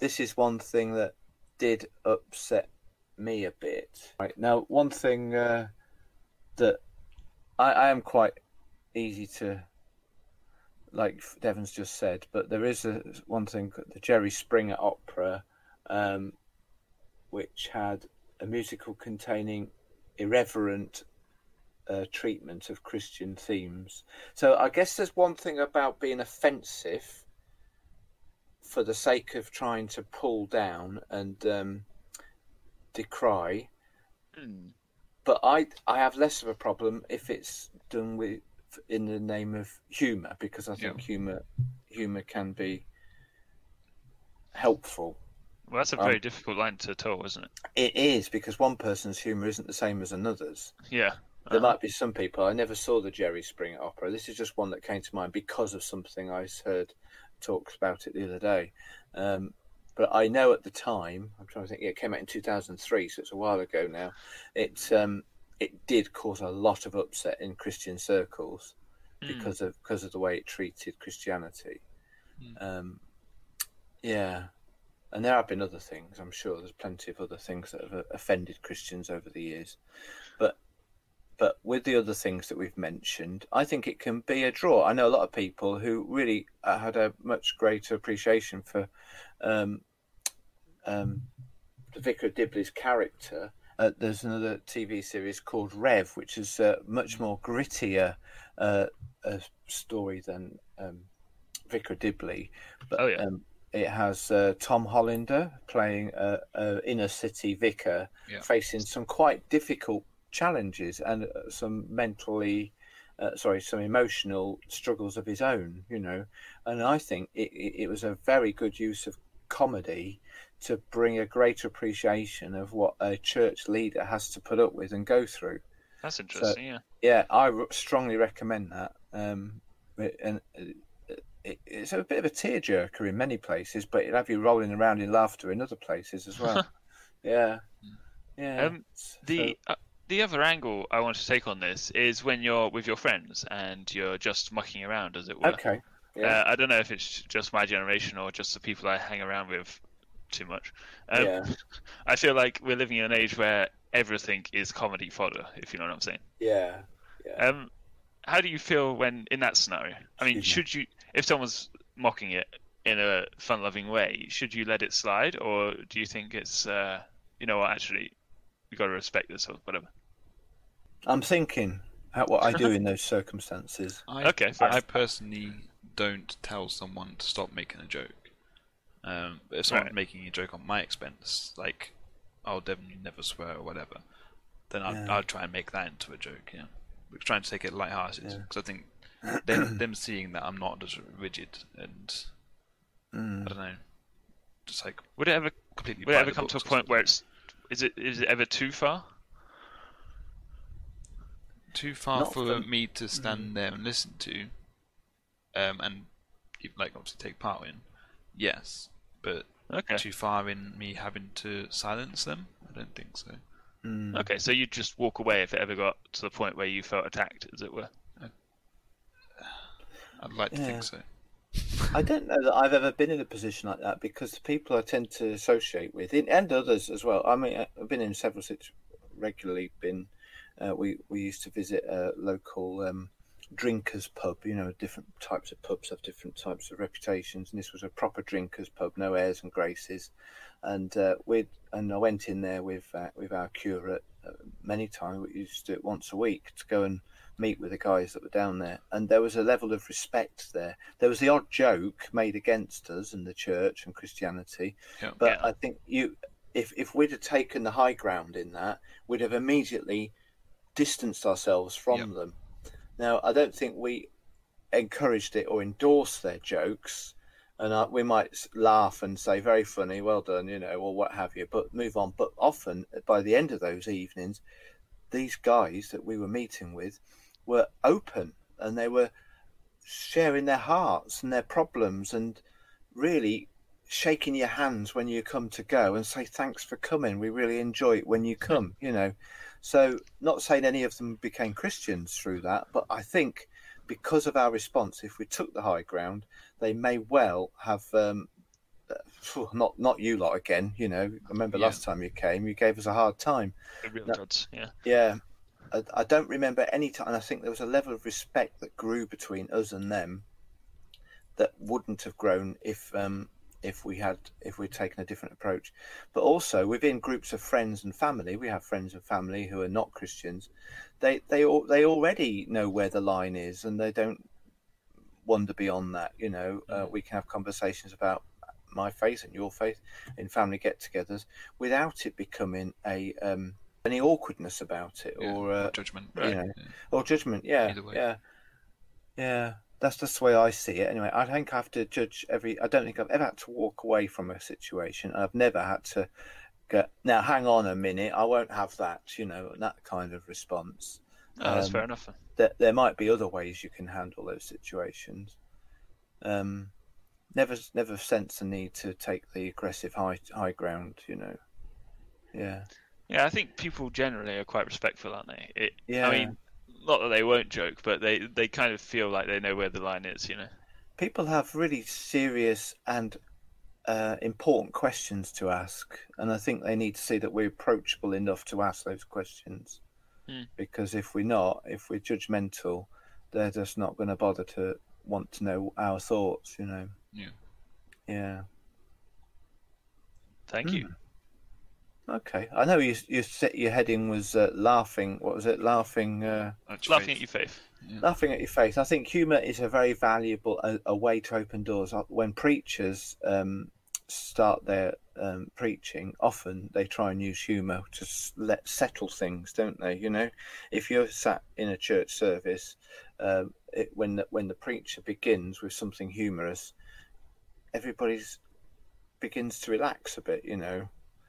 This is one thing that did upset me a bit. Right now, one thing uh, that I, I am quite easy to, like Devon's just said, but there is a one thing the Jerry Springer opera, um, which had a musical containing irreverent uh, treatment of Christian themes. So I guess there's one thing about being offensive for the sake of trying to pull down and um, decry,
Hmm.
but I I have less of a problem if it's done with in the name of humor because I think humor humor can be helpful.
Well, that's a
Um,
very difficult line to tell, isn't it?
It is because one person's humor isn't the same as another's.
Yeah.
There
Uh,
might be some people. I never saw the Jerry Springer opera. This is just one that came to mind because of something I heard talks about it the other day. Um, but I know at the time, I'm trying to think. Yeah, it came out in 2003, so it's a while ago now. It um, it did cause a lot of upset in Christian circles because of because of the way it treated Christianity. Um, yeah, and there have been other things. I'm sure there's plenty of other things that have uh, offended Christians over the years, but but with the other things that we've mentioned, I think it can be a draw. I know a lot of people who really uh, had a much greater appreciation for um, um, the Vicar of Dibley's character. Uh, there's another TV series called Rev, which is uh,
Mm.
much more grittier uh, a story than um, Vicar Dibley, but
Oh, yeah.
um, it has uh, Tom Hollander playing a, a inner city vicar,
Yeah.
facing some quite difficult challenges and uh, some mentally, uh, sorry, some emotional struggles of his own. You know, and I think it, it, it was a very good use of comedy to bring a greater appreciation of what a church leader has to put up with and go through
that's interesting. yeah.
yeah, I r- strongly recommend that. Um, it- and uh, it, it's a bit of a tearjerker in many places, but it'll have you rolling around in laughter in other places as
[LAUGHS]
well. yeah, yeah.
Um, The uh, the other angle I want to take on this is when you're with your friends and you're just mucking around, as it
So-
were.
okay,
Uh,
yeah,
I don't know if it's just my generation or just the people I hang around with too much. Um,
yeah,
[LAUGHS] I feel like we're living in an age where everything is comedy fodder, if you know what I'm saying.
yeah.
Um, how do you feel when in that scenario? I mean,
Excuse
should you, if someone's mocking it in a fun-loving way, should you let it slide, or do you think it's, uh, you know, what, actually, we got to respect this or whatever?
I'm thinking how, what
[LAUGHS]
I do in those circumstances.
I,
Okay, fair
I
enough.
personally don't tell someone to stop making a joke. Um, but if someone's
Right.
making a joke on my expense, like, oh, Devon, you never swear or whatever, then I'd,
Yeah.
I'd try and make that into a joke, yeah. We're trying to take it lighthearted,
Yeah.
because I think
[CLEARS THROAT]
them, them seeing that I'm not as rigid and,
Mm.
I don't know, just like
Would it ever,
completely.
would it
by
ever
the
come to a
books or
point where it's, is it, is it ever too far?
too far
Not
for
for- Mm.
me to stand there and listen to, um, and like obviously take part in. Yes, but
Okay.
too far in me having to silence them. I don't think so.
Okay, so you'd just walk away if it ever got to the point where you felt attacked, as it were.
I'd like to
Yeah.
think so.
I don't know that I've ever been in a position like that because the people I tend to associate with, in, and others as well. I mean, uh, I've been in several situations, regularly been. Uh, we we used to visit a local um, drinkers pub. You know, different types of pubs have different types of reputations, and this was a proper drinkers pub, no airs and graces. And uh, we and I went in there with uh, with our curate uh, many times. We used to do it once a week to go and meet with the guys that were down there, and there was a level of respect there. There was the odd joke made against us and the church and Christianity,
Yeah.
but
Yeah.
I think you, if if we'd have taken the high ground in that, we'd have immediately distanced ourselves from
Yep.
them. Now, I don't think we encouraged it or endorsed their jokes. And I, we might s- laugh and say, very funny, well done, you know, or what have you, but move on. But often, by the end of those evenings, these guys that we were meeting with were open and they were sharing their hearts and their problems and really shaking your hands when you come to go and say thanks for coming we really enjoy it when you come you know so not saying any of them became christians through that but i think because of our response if we took the high ground they may well have um uh, [SIGHS] phew, not not you lot again you know I remember
Yeah.
last time you came you gave us a hard time
The real
No.
duds, yeah.
yeah, I, I don't remember any time. I think there was a level of respect that grew between us and them that wouldn't have grown if um, if we had if we'd taken a different approach. But also within groups of friends and family, we have friends and family who are not Christians. They they al- they already know where the line is, and they don't wander beyond that. You know, uh, we can have conversations about my faith and your faith in family get-togethers without it becoming a um, any awkwardness about it
Yeah,
or uh,
judgment.
you know, or judgment. Yeah,
Either way.
yeah, yeah. That's just the way I see it. Anyway, I think I have to judge every. I don't think I've ever had to walk away from a situation. I've never had to go. Now, hang on a minute. I won't have that. You know, that kind of response.
Oh, that's
Um,
fair enough. then.
There, there might be other ways you can handle those situations. Um, never, never sense the need to take the aggressive high high ground. You know. Yeah.
Yeah, I think people generally are quite respectful, aren't they? It,
Yeah.
I mean, not that they won't joke, but they they kind of feel like they know where the line is, you know.
people have really serious and uh, important questions to ask, and I think they need to see that we're approachable enough to ask those questions.
Hmm.
Because if we're not, if we're judgmental, they're just not going to bother to want to know our thoughts. You know.
Yeah.
Yeah.
Thank you.
Hmm, Okay. I know you. You set your heading was uh, laughing. What was it? Laughing. Uh,
Laughing at you, Faith.
laughing at your face. I think humour is a very valuable a, a way to open doors. Uh, When preachers um, start their um, preaching, often they try and use humour to s- let settle things, don't they? You know, if you're sat in a church service, um, it, when the, when the preacher begins with something humorous, everybody's begins to relax a bit, you know.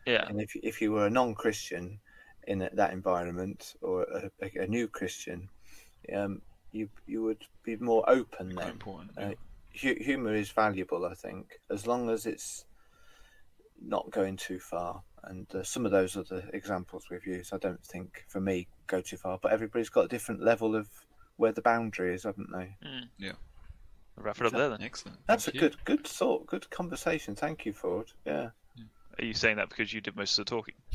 Yeah.
And if if you were a non-Christian in that- that environment or a, a, a new Christian, um, you you would be more open
Quite
then.
important.
Uh, Hu- humor is valuable, I think, as long as it's not going too far. And uh, some of those other examples we've used, I don't think for me go too far. But everybody's got a different level of where the boundary is, haven't they?
Wrap it up there then.
Excellent.
That's
Thank
a
you.
good good thought, good conversation. Thank you, Ford. Yeah,
Are you saying that because you did most of the talking? [LAUGHS]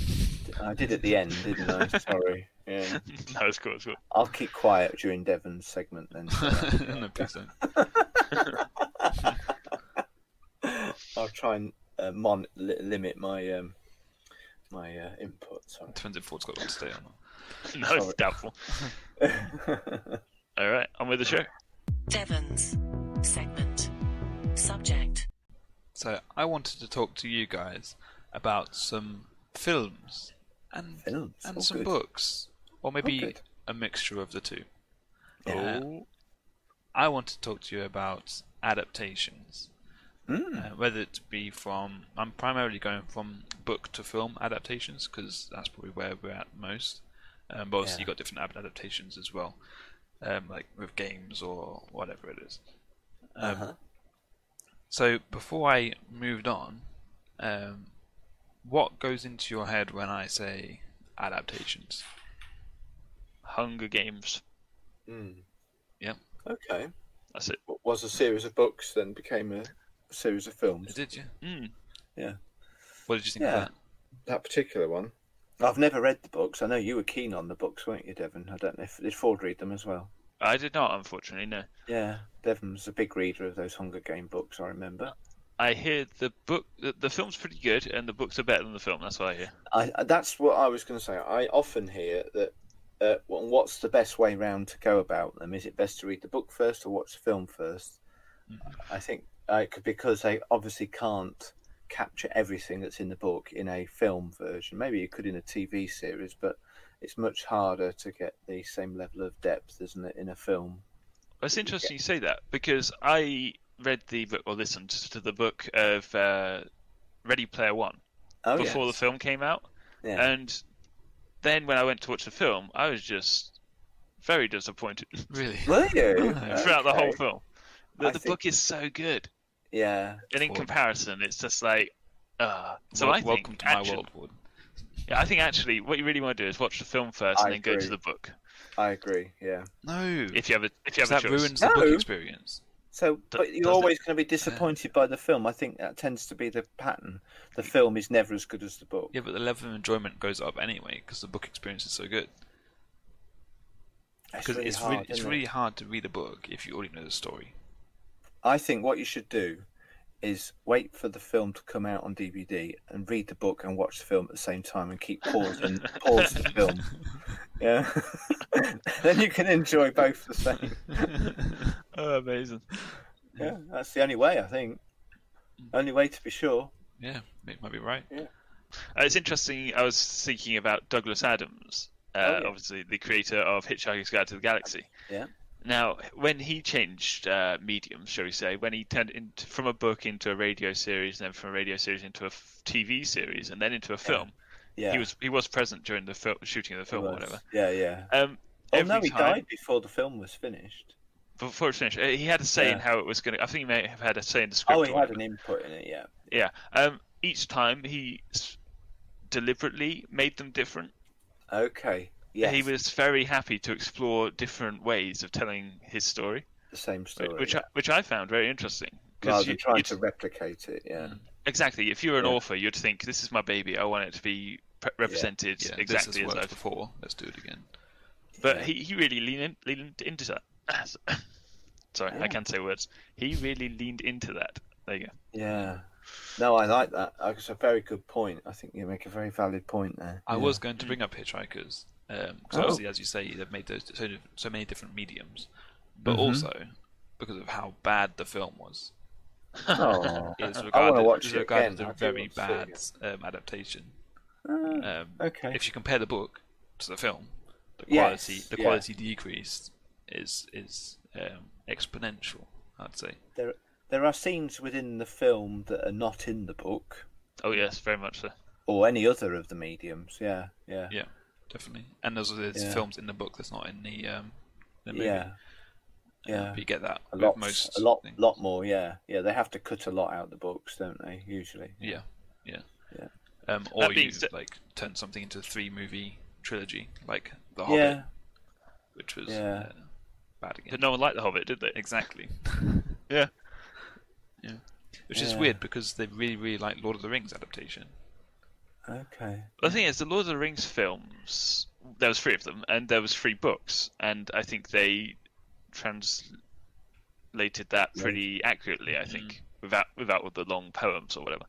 I did at the end, didn't I?
[LAUGHS]
Sorry. Yeah.
no, it's cool, [LAUGHS] it's cool.
I'll keep quiet during Devon's segment
[LAUGHS]
then.
[LAUGHS] no, please don't.
I'll try and uh, mon- li- limit my um, my uh, input. Sorry.
Depends if Ford's got one to stay or not.
No, it's
Sorry. [LAUGHS]
doubtful. All right, on with the show.
Devons. Segment. Subject.
So I wanted to talk to you guys about some films and
Films,
and
all
some
good. Oh,
books, or maybe
good.
a mixture of the two.
Yeah.
Uh, I want to talk to you about adaptations,
Hmm.
uh, whether it be from. I'm primarily going from book to film adaptations because that's probably where we're at most. Um, but obviously,
Yeah.
you've got different ad- adaptations as well, um, like with games or whatever it is. Um,
Uh-huh.
So before I moved on, um, what goes into your head when I say adaptations?
Hunger Games.
Mm.
Yep.
Okay.
That's it.
What was a series of books then became a series of films.
Did you?
Mm.
What did you think
Yeah.
of that?
That particular one. I've never read the books. I know you were keen on the books, weren't you, Devon? I don't know if did Ford read them as well.
I did not, unfortunately, no.
Yeah, Devon was a big reader of those Hunger Game books. I remember.
I hear the book, the, the film's pretty good, and the books are better than the film. That's what I hear.
I, I- that's what I was going to say. I often hear that. Uh, well, what's the best way round to go about them? Is it best to read the book first or watch the film first?
Mm-hmm.
I think uh, it could- because they obviously can't capture everything that's in the book in a film version. Maybe you could in a TV series, but it's much harder to get the same level of depth, isn't it, in a film?
It's interesting you say that because I read the book or listened to the book of uh, Ready Player One
Oh,
before
yes.
the film came out,
Yeah.
and then when I went to watch the film, I was just very disappointed [LAUGHS]
Really?
Were you?
throughout the whole
Okay.
film.
I
The, the
think-
book is so good,
Yeah.
and in
Well-
comparison, it's just like. Uh, so
Wel-
I think
welcome to
actu-
my world, Ward.
Yeah, I think actually, what you really want to do is watch the film first, and
I
then go
agree.
to the book.
I agree. Yeah.
No,
If you have a, if you have a
that
choice.
ruins the
No.
book experience.
So, but
does
you're
it-
always going to be disappointed by the film. I think that tends to be the pattern. The film is never as good as the book.
Yeah, but the level of enjoyment goes up anyway because the book experience is so good. Because it's
hard,
really, it's
isn't it?
really hard to read a book if you already know the
[LAUGHS]
story.
I think what you should do is wait for the film to come out on DVD and read the book and watch the film at the same time and keep
[LAUGHS]
pausing pause the film. Yeah, [LAUGHS] then you can enjoy both the same.
Oh, amazing.
Yeah, that's the only way I think. Only way to be sure.
Yeah, it might be right.
Yeah.
Uh, it's interesting. I was thinking about Douglas Adams, uh,
Oh, yeah.
obviously the creator of Hitchhiker's Guide to the Galaxy.
Yeah.
Now, when he changed uh, mediums, shall we say, when he turned into, from a book into a radio series, and then from a radio series into a f- TV series, and then into a film,
Yeah,
he was he was present during the fil- shooting of the
he
film or
was.
whatever.
Yeah, yeah.
Um,
Oh
every
no, he
time
died before the film was finished.
before it finished, uh, he had a say in
Yeah.
how it was going to. I think he may have had a say in the script.
Oh,
or
he
whatever.
had an input in it. Yeah.
Yeah. Um, each time he s- deliberately made them different.
Okay. Yeah.
He was very happy to explore different ways of telling his story,
the same
whi-
story.
which
yeah.
I, which I found very interesting. 'Cause
rather
you-
than trying
you'd-
to replicate it. Yeah.
exactly, if you were an
Yeah.
author, you'd think this is my baby. I want it to be pre- represented
Yeah, this
exactly
has
as
worked
I've.
before. Let's do it again.
But
Yeah.
he, he really leaned, in, leaned into that. [COUGHS] Sorry,
Yeah.
I can't say words. He really leaned into that. There you go.
Yeah. No, I like that. Uh, It's a very good point. I think you make a very valid point there.
I
Yeah. [LAUGHS]
was going to bring up Hitchhikers, because
Oh.
obviously, as you say, they've made those so, so many different mediums, but
Mm-hmm.
also because of how bad the film was,
Oh,
is
[LAUGHS] I- I
regarded,
wanna watch
is
it
regarded
again.
as
I
a
do
very
want to
bad
see
um, adaptation.
Uh,
Um,
okay.
If you compare the book to the film, the
Yes,
quality the
yeah.
quality decrease is is um, exponential. I'd say.
there, there are scenes within the film that are not in the book
Oh yes, very much so.
or any other of the mediums. Yeah, yeah,
Yeah, definitely. And there's, there's
Yeah.
films in the book that's not in the um, the movie.
yeah,
But
yeah.
you get that
A
with
lot,
most
a lot,
things.
lot more. Yeah, yeah. They have to cut a lot out of the books, don't they? Usually.
Yeah, yeah.
Yeah.
Um, or
That being
you
said-
like turn something into a three movie trilogy, like The Hobbit,
Yeah,
which was
Yeah.
uh, bad again.
But no one liked the Hobbit, did they?
Exactly.
Yeah.
yeah. Which is
Yeah.
weird because they really, really like Lord of the Rings adaptation.
Okay.
The thing is, the Lord of the Rings films, there was three of them, and there was three books, and I think they translated that pretty accurately. I think
Mm.
without without all the long poems or whatever.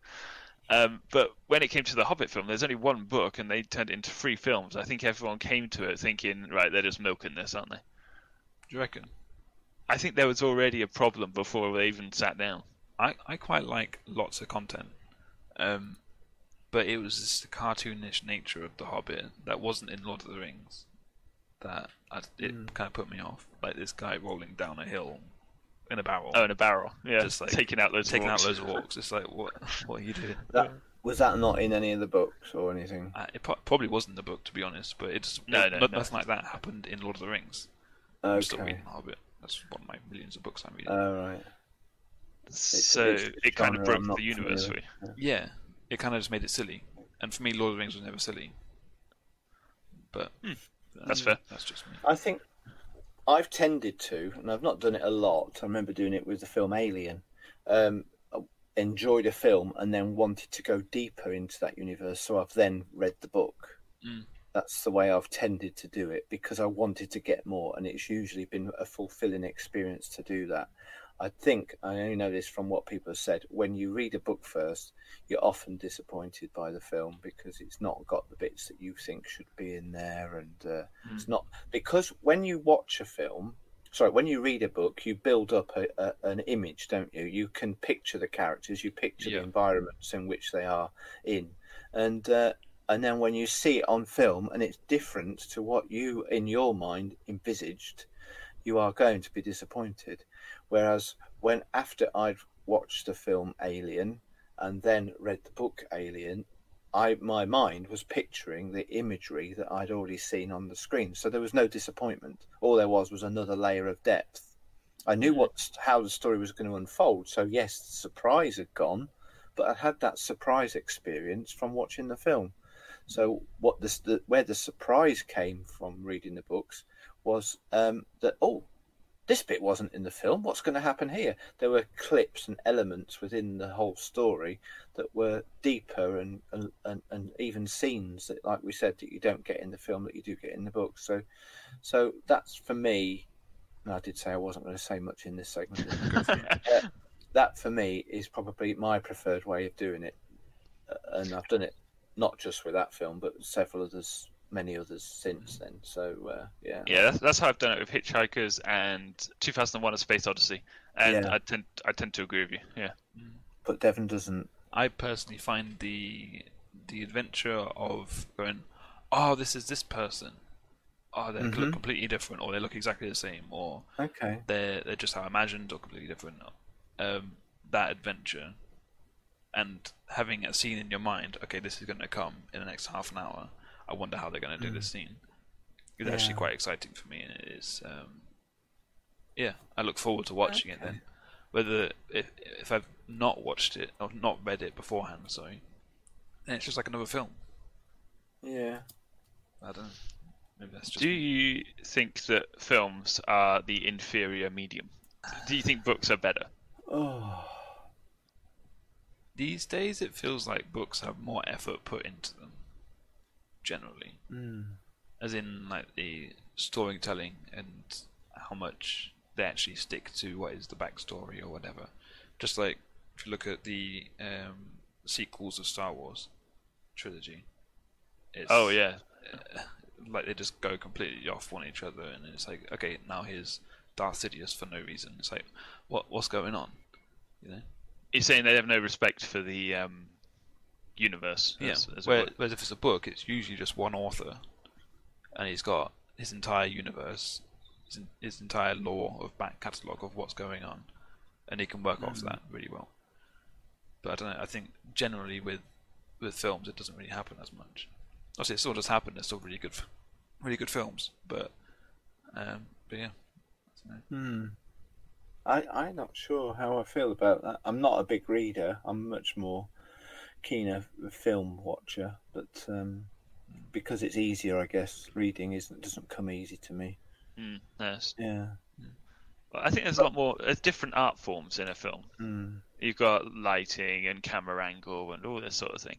Um, but when it came to the Hobbit film, there's only one book, and they turned it into three films. I think everyone came to it thinking, right, they're just milking this, aren't they?
Do you reckon?
I think there was already a problem before they even sat down.
I, I quite like lots of content, um, but it was just the cartoonish nature of The Hobbit that wasn't in Lord of the Rings that I, it
Hmm.
kind of put me off. Like this guy rolling down a hill in a barrel,
Oh, in a barrel, yeah,
Just, like,
taking out loads, of
taking out
orcs.
loads of walks. It's like what what are
[LAUGHS]
you doing?
That was that not in any of the books or anything?
Uh, it pro- probably wasn't the book to be honest, but it's
No, no,
no-
no.
nothing like that happened in Lord of the Rings. I'm still
Okay.
reading The Hobbit. That's one of my millions of books I'm reading.
All right.
So
it's a
it kind of
genre
broke
I'm not
the universe.
familiar
really.
Yeah, it kind of just made it silly. And for me, Lord of the Rings was never silly. But
Hmm.
uh,
that's fair.
That's just me.
I think I've tended to, and I've not done it a lot. I remember doing it with the film Alien. Um, enjoyed a film and then wanted to go deeper into that universe, so I've then read the book.
Mm.
That's the way I've tended to do it because I wanted to get more, and it's usually been a fulfilling experience to do that. I think I only know this from what people have said. When you read a book first, you're often disappointed by the film because it's not got the bits that you think should be in there, and uh, it's not because when you watch a film, sorry, when you read a book, you build up a, a, an image, don't you? You can picture the characters, you picture
Yeah.
the environments in which they are in, and uh, and then when you see it on film and it's different to what you in your mind envisaged, you are going to be disappointed. Whereas when after I'd watched the film Alien and then read the book Alien, I my mind was picturing the imagery that I'd already seen on the screen, so there was no disappointment. All there was was another layer of depth. I knew what how the story was going to unfold, so yes, the surprise had gone, but I had that surprise experience from watching the film. So what this the, where the surprise came from reading the books was um, that oh, this bit wasn't in the film. What's going to happen here? There were clips and elements within the whole story that were deeper and and, and, and even scenes that, like we said, that you don't get in the film that you do get in the book. So, so that's for me. And I did say I wasn't going to say much in this segment.
[LAUGHS]
Uh, that for me is probably my preferred way of doing it, Uh, and I've done it not just with that film, but several others, many others since then. So uh, yeah,
Yeah, that's, that's how I've done it with Hitchhikers and 2001: A Space Odyssey, and
Yeah.
I tend I tend to agree with you. Yeah,
but Devon doesn't.
I personally find the the adventure of going, oh, this is this person. Oh, they look
Mm-hmm.
Mhm.
completely different, or they look exactly the same, or
Okay.
they're they're just how I imagined or completely different. Um, that adventure, and having a scene in your mind, okay, this is going to come in the next half an hour. I wonder how they're going to do this scene. It's actually
Yeah.
quite exciting for me, and it is. Um, yeah, I look forward to watching it then. Whether if if I've not watched it or not read it beforehand, sorry, then it's just like another film.
Yeah.
I don't. know. Maybe that's just
Do you think that films are the inferior medium? Do you think books are better?
Oh.
These days, it feels like books have more effort put into them. Generally,
Hmm.
Mm.
as in like the storytelling and how much they actually stick to what is the backstory or whatever. Just like if you look at the um, sequels of Star Wars trilogy, it's,
Oh yeah,
like they just go completely off on each other, and it's like okay, now here's Darth Sidious for no reason. It's like what what's going on, you know?
you're saying they have no respect for the um, universe.
Yeah.
as- as it
Where,
were.
whereas if it's a book, it's usually just one author, and he's got his entire universe, his, en- his entire lore of back catalogue of what's going on, and he can work off that really well. But I don't know. I think generally with with films, it doesn't really happen as much. Obviously, it still does happen. There's still really good, f- really good films, but um, but yeah, I don't know.
Hmm. I, I'm not sure how I feel about that. I'm not a big reader. I'm much more keener film watcher, but um, because it's easier, I guess reading isn't doesn't come easy to me.
Mm, yes.
Yeah.
Well, I think there's a lot more. There's different art forms in a film.
Mm.
You've got lighting and camera angle and all this sort of thing.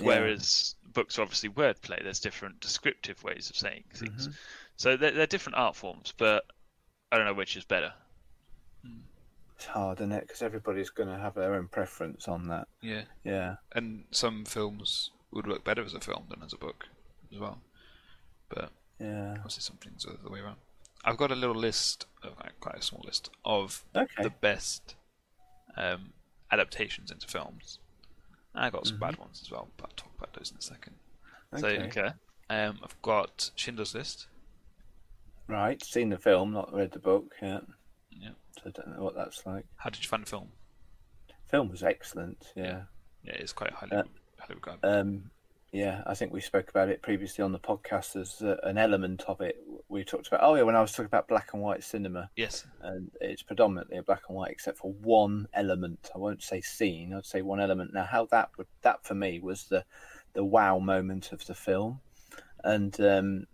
Yeah.
Whereas books are obviously wordplay. There's different descriptive ways of saying things.
Mm-hmm.
So they're, they're different art forms, but I don't know which is better.
It's hard, is it? Because everybody's going to have their own preference on that.
yeah.
Yeah.
And some films would work better as a film than as a book, as well. But
Yeah.
Obviously, some things are the way around. I've got a little list, uh, quite a small list, of
Okay.
the best um, adaptations into films. And I got some
Mm-hmm.
bad ones as well, but I'll talk about those in a second.
Okay.
Okay.
So um, I've got Schindler's List.
Right. Seen the film, not read the book. Yeah.
Yeah.
So I don't know what that's like.
How did you find the film?
Film was excellent. Yeah.
Yeah, it's quite highly,
Uh,
highly regarded.
Um, yeah, I think we spoke about it previously on the podcast. There's uh, an element of it we talked about. Oh yeah, when I was talking about black and white cinema,
yes.
and it's predominantly a black and white, except for one element. I won't say scene. I'd say one element. Now, how that would that for me was the the wow moment of the film, and um,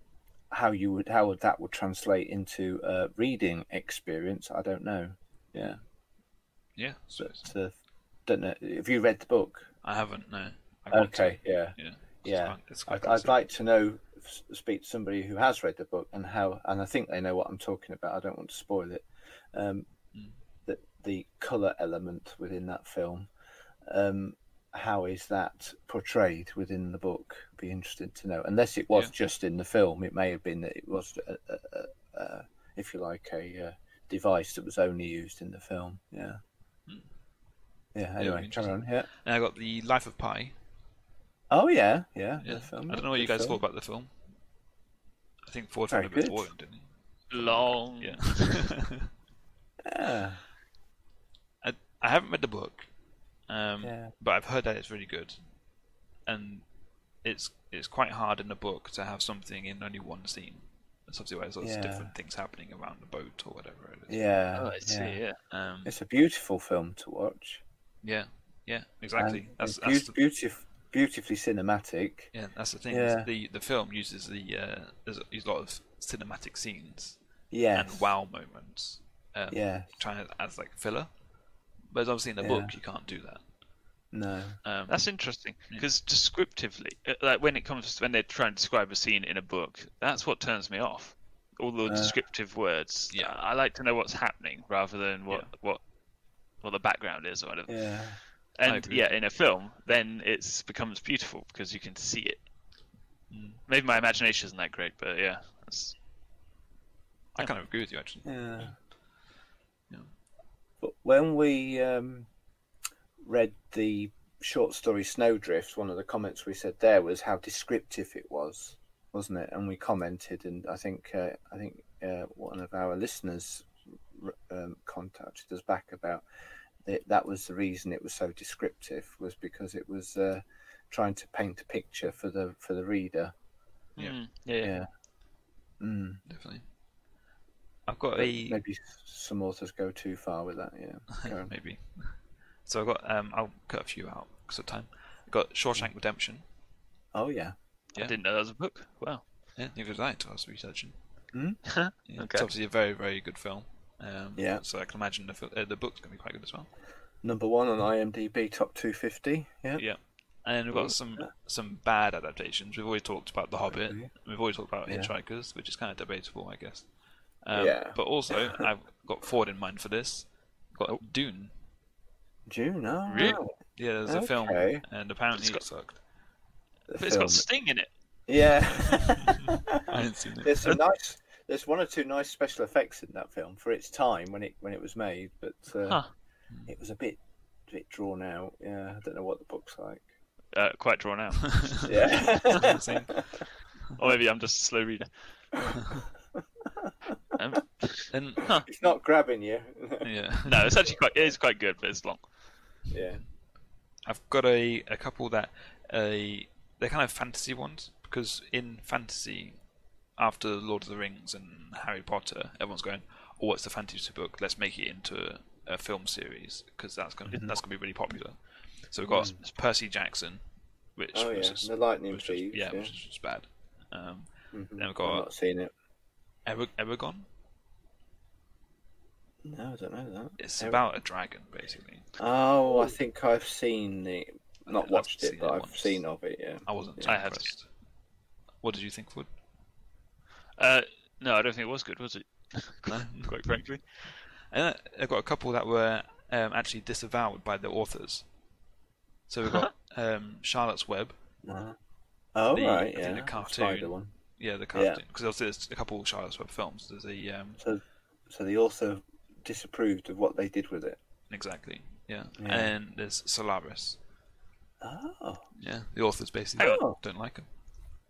how you would how would that would translate into a reading experience. I don't know. Yeah,
Yeah. So it's-
but uh, don't know. Have you read the book?
I haven't, no. I want to.
Okay. Yeah.
Yeah.
Yeah.
It's quite, it's quite
I'd, I'd
classic.
like to know, s- speak to somebody who has read the book and how, and I think they know what I'm talking about. I don't want to spoil it. Um,
Mm.
the, the color element within that film, um, how is that portrayed within the book? Be interested to know. Unless it was
Yeah.
just in the film, it may have been that it was, uh, a, a, a, a, uh, if you like, a, uh device that was only used in the film. Yeah. Yeah. Anyway, carry
Mm. interesting.
on. Yeah.
And I got The Life of Pi.
Oh yeah, yeah.
Yeah.
the film,
I don't know what you
good
guys
film.
thought about the film. I think Ford
Very
found it a bit
good.
boring, didn't he?
Long.
[LAUGHS]
Yeah. [LAUGHS]
Yeah.
I, I haven't read the book, um,
Yeah.
but I've heard that it's really good, and it's it's quite hard in the book to have something in only one scene. That's obviously why there's lots
Yeah.
of different things happening around the boat or whatever it is.
Yeah.
Oh, I see.
yeah.
Yeah.
Um,
It's a beautiful film to watch.
yeah, yeah,
and
exactly. That's
it's
that's the,
beautiful, beautifully cinematic.
yeah, that's the thing. is
Yeah.
The the film uses the uh, there's a, there's a lot of cinematic scenes
Yes.
and wow moments. Um,
Yes.
trying to as like filler, whereas obviously in the
Yeah.
book you can't do that.
No.
Um,
That's interesting because descriptively, uh, like when it comes to when they try and describe a scene in a book, that's what turns me off. All the descriptive words.
Uh, yeah.
I I like to know what's happening rather than what
Yeah.
what what the background is or whatever.
Yeah.
And
agree.
yeah, in a film, then it becomes beautiful because you can see it.
Mm.
Maybe my imagination isn't that great, but yeah, that's
I kind of agree with you actually.
Yeah.
Yeah.
But when we um, read the short story Snowdrifts, one of the comments we said there was how descriptive it was, wasn't it? And we commented, and I think uh, I think uh, one of our listeners r- um, contacted us back about that. That was the reason it was so descriptive was because it was uh, trying to paint a picture for the for the reader.
Yeah.
Mm, yeah.
Yeah. Mm.
Definitely. I've got
But
a
Maybe s- some authors go too far with that. Yeah. Go on.
maybe. So I've got um, I'll cut a few out because of time. I've got Shawshank Redemption.
oh yeah.
I didn't know that was a book. Wow.
Yeah, neither did I. until I was researching.
[LAUGHS]
Yeah,
Okay.
It's obviously a very very good film. Um,
Yeah.
So I can imagine the fil- uh, the book's gonna be quite good as well.
Number one on IMDb top 250. Yeah.
Yeah. And we've got some some bad adaptations. We've already talked about The Hobbit.
Okay.
We've already talked about
Yeah.
Hitchhikers, which is kind of debatable, I guess. Um,
Yeah.
But also, I've got Ford in mind for this. I've got Dune.
June. Oh,
Really?
wow.
Yeah, there's a film,
Okay.
and apparently
It's got-
it sucked.
The
But it's got
film.
Sting in it.
Yeah.
[LAUGHS] I haven't seen it.
[LAUGHS] there's some nice. There's one or two nice special effects in that film for its time when it when it was made, but uh,
Huh.
it was a bit bit drawn out. Yeah, I don't know what the book's
[LAUGHS]
like.
Uh, quite drawn out.
Yeah.
Same.
or maybe I'm just a slow reader. um,
And
[LAUGHS] it's not grabbing you.
[LAUGHS]
[LAUGHS]
yeah,
no, it's actually quite. It is quite good, but it's long.
yeah.
I've got a, a couple that a they're kind of fantasy ones because in fantasy, after Lord of the Rings and Harry Potter, everyone's going, "Oh, what's the fantasy book? Let's make it into a, a film series because that's gonna
Mm-hmm.
that's gonna be really popular." So we've got Percy Jackson, which
Mm. Oh yeah.
was just,
the lightning
which was-
thieves.
yeah,
Yeah.
which is just bad. Um,
Mhm.
then we've
I've
got
not seen it.
Ere- Eragon.
No, I don't know that.
It's
Eragon.
about a dragon, basically.
Oh, I think I've seen the not
I've
watched
seen
it,
it
but I've
once.
seen of it. Yeah.
I wasn't.
I
I
have
impressed. What did you think, Wood?
Uh, no, I don't think it was good, was it?
No?
[LAUGHS] quite frankly.
And I've got a couple that were um, actually disavowed by the authors. So we've [LAUGHS] got um, Charlotte's Web,
Uh-huh. Oh
The- I
right,
think
yeah.
the cartoon.
spider one.
yeah, the
Yeah.
cartoon. Because obviously there's a couple of Charlotte's Web films. There's a um,
So, so the author disapproved of what they did with it.
exactly, yeah.
Yeah.
and there's Solaris.
Oh,
Yeah, the authors basically
Hang
on.
don't like him.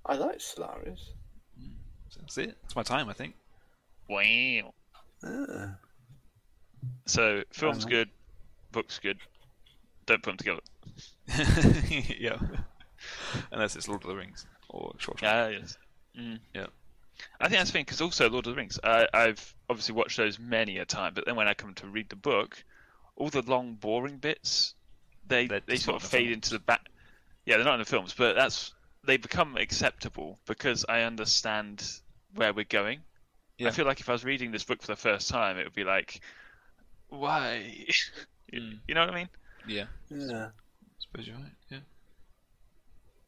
I like Solaris.
So that's it. It's my time, I
[LAUGHS]
think.
Wow.
Ah.
So film's
Uh-huh.
good, book's good. Don't put them together.
yeah, [LAUGHS] unless it's Lord of the Rings or Short.
Ah, yes. Mm.
Yeah.
I think that's the thing because also Lord of the Rings. I, I've obviously watched those many a time, but then when I come to read the book, all the long, boring bits, they
They're
they
just
sort
not
of
in the
fade
films.
into the back. Yeah, they're not in the films, but that's they become acceptable because I understand where we're going.
Yeah.
I feel like if I was reading this book for the first time, it would be like, why? [LAUGHS] You-
Mm.
You know what I mean?
yeah,
Yeah.
I suppose you're right. Yeah,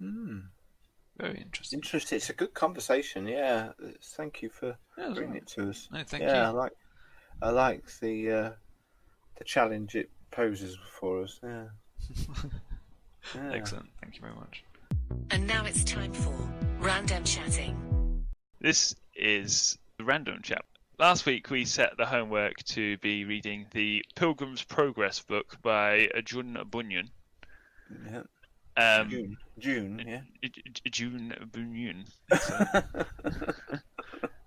Hmm.
very interesting.
Interesting. It's a good conversation. Yeah. Thank you for
Yeah, that's
bringing
right.
it to us.
No, thank
yeah, I
you.
like. I like the uh, the challenge it poses for us. Yeah. yeah. [LAUGHS]
Excellent. Thank you very much.
And now it's time for random chatting.
This is the Random Chap. Last week we set the homework to be reading the Pilgrim's Progress book by Jun Bunyan.
Yeah.
Um,
June. June.
[LAUGHS]
Yeah.
Jun Bunyan.
[LAUGHS]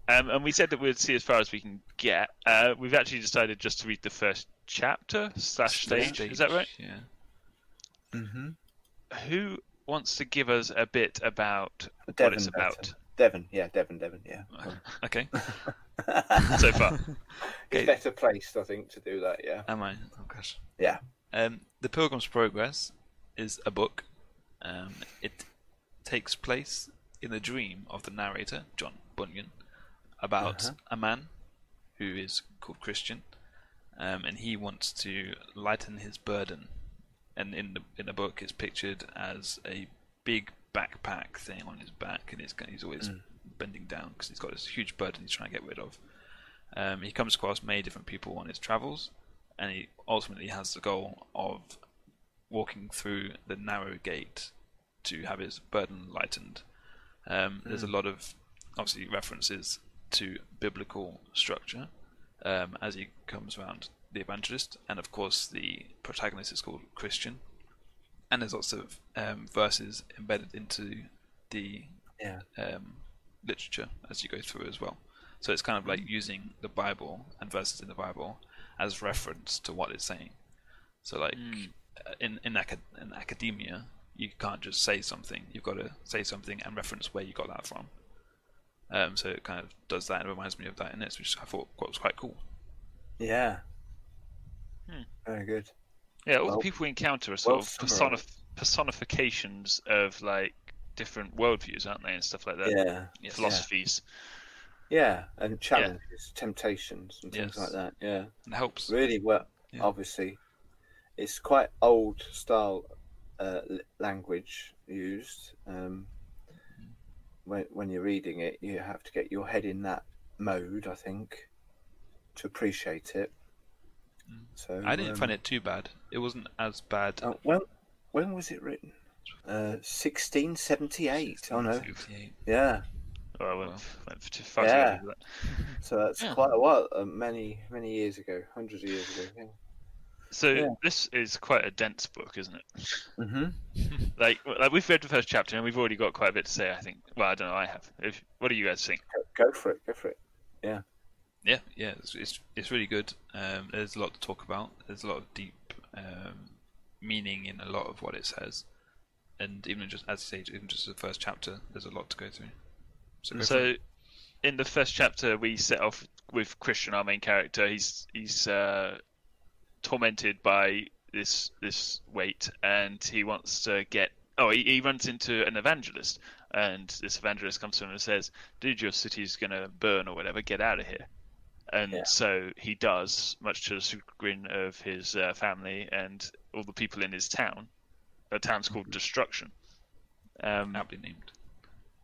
Um, and we said that we'd see as far as we can get. Uh, we've actually decided just to read the first chapter slash stage. Is that right?
Yeah.
mm-hmm.
Who wants to give us a bit about what
Devon.
it's
Better.
about
Devon. Yeah. Devon. Devon. Yeah.
[LAUGHS] Okay.
[LAUGHS]
so far?
Okay.
He's better placed, I think, to do that. Yeah.
Am I? Oh gosh.
Yeah.
Um, the Pilgrim's Progress is a book. Um, it takes place in the dream of the narrator John Bunyan about a man who is called Christian, um, and he wants to lighten his burden. And in the in the book, it's pictured as a big backpack thing on his back, and he's he's always bending down because he's got this huge burden he's trying to get rid of. Um, he comes across many different people on his travels, and he ultimately has the goal of walking through the narrow gate to have his burden lightened. Um, There's a lot of obviously references to biblical structure um, as he comes around the evangelist, and of course the protagonist is called Christian, and there's lots of um, verses embedded into the
Yeah.
um, literature as you go through as well. So it's kind of
Mm.
like using the Bible and verses in the Bible as reference to what it's saying. So like
Mm.
uh, in in, acad- in academia, you can't just say something. You've got to say something and reference where you got that from. Um, so it kind of does that. It reminds me of that in it, which I thought was quite cool.
Yeah.
Hmm.
Very good.
Yeah, all
Well-
the people we encounter are sort
well
of
summarised.
personif- personifications of like different worldviews, aren't they, and stuff like that.
Yeah.
Philosophies.
Yeah. And challenges, temptations, and things
Yes.
like that. Yeah.
And it helps.
Really well,
Yeah.
obviously. It's quite old style uh, l- language used. Um, when, when you're reading it, you have to get your head in that mode, I think, to appreciate it. So
Hmm. I didn't
um,
find it too bad. It wasn't as bad.
Uh, when when was it written? Uh, 1678. Oh no, yeah.
Oh, Well, I went, went for two, five
Yeah.
seconds with that.
So that's
Yeah.
quite a while. Uh, many many years ago, hundreds of years ago. Yeah.
So
Yeah.
this is quite a dense book, isn't it?
Mm-hmm.
Like, like we've read the first chapter and we've already got quite a bit to say. I think. Well, I don't know. I have. If, what do you guys think?
Go for it. Go for it.
Yeah, yeah, it's it's, it's really good. Um, there's a lot to talk about. There's a lot of deep um, meaning in a lot of what it says, and even just as you say, even just the first chapter, there's a lot to go through. So, go for
So,
it.
in the first chapter, we set off with Christian, our main character. He's he's uh, tormented by this this weight, and he wants to get. Oh, he, he runs into an evangelist, and this evangelist comes to him and says, "Dude, your city's gonna burn or whatever. Get out of here." And
Yeah.
so he does, much to the chagrin of his uh, family and all the people in his town. The town's
Mm-hmm.
called Destruction. Um,
aptly named.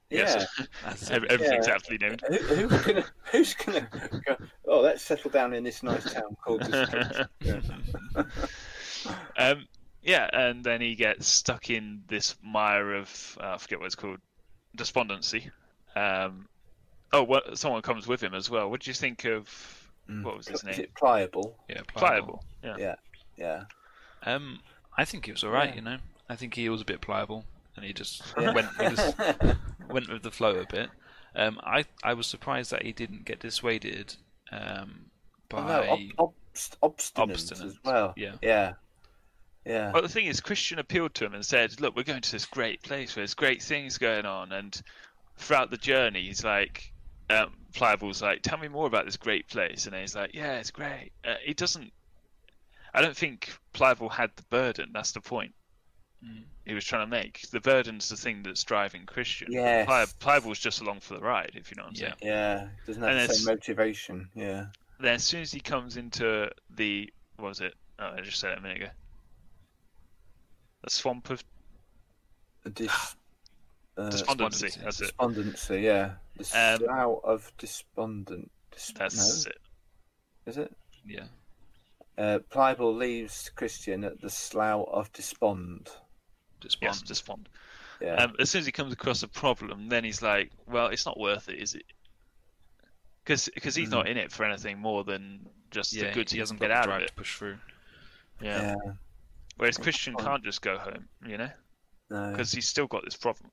yes,
That's
ev- everything's
Yeah.
aptly named.
Who, who's gonna [LAUGHS] who's gonna go, oh let's settle down in this nice town
[LAUGHS]
called Destruction. yeah.
um, yeah, and then he gets stuck in this mire of uh, I forget what it's called, despondency. Um, oh, what, someone comes with him as well. What do you think of
Mm.
what was his
Is
name?
it pliable?
yeah,
Pliable. Yeah.
Yeah.
Um, I think he was all right.
Yeah.
You know, I think he was a bit pliable, and he
[LAUGHS]
just
Yeah.
went he just went with the flow a bit. Um, I I was surprised that he didn't get dissuaded. Um,
Oh,
by
[LAUGHS] no, ob- obst- obstinate,
Obstinate,
as well.
yeah.
Yeah. Yeah.
Well, the thing is, Christian appealed to him and said, "Look, we're going to this great place where there's great things going on." And throughout the journey, he's like, um, "Pliable's like, tell me more about this great place," and then he's like, "Yeah, it's great." Uh, he doesn't. I don't think Pliable had the burden. That's the point.
Mm.
He was trying to make the burden's the thing that's driving Christian.
Yes.
Pli- Pliable's just along for the ride, if you know what I'm
Yeah.
saying.
Yeah. Doesn't
And
have the
it's-
same motivation. Yeah.
Then as soon as he comes into the what was it? Oh, I just said it a minute ago. The swamp of [SIGHS]
A Dis- uh,
despondency.
despondency.
That's it.
despondency. Yeah. The
Um,
slough of despondent. Dis-
That's
no,
it.
is it?
yeah.
Uh, Pliable leaves Christian at the slough of despond.
Despond.
Yes, despond.
Yeah.
Um, as soon as he comes across a problem, then he's like, "Well, it's not worth it, is it?" Because he's
Mm-hmm.
not in it for anything more than just the goods he doesn't get
got the
out of
drive
it.
to push through.
Yeah. Whereas Christian
point.
can't just go home, you know,
No.
because he's still got this problem.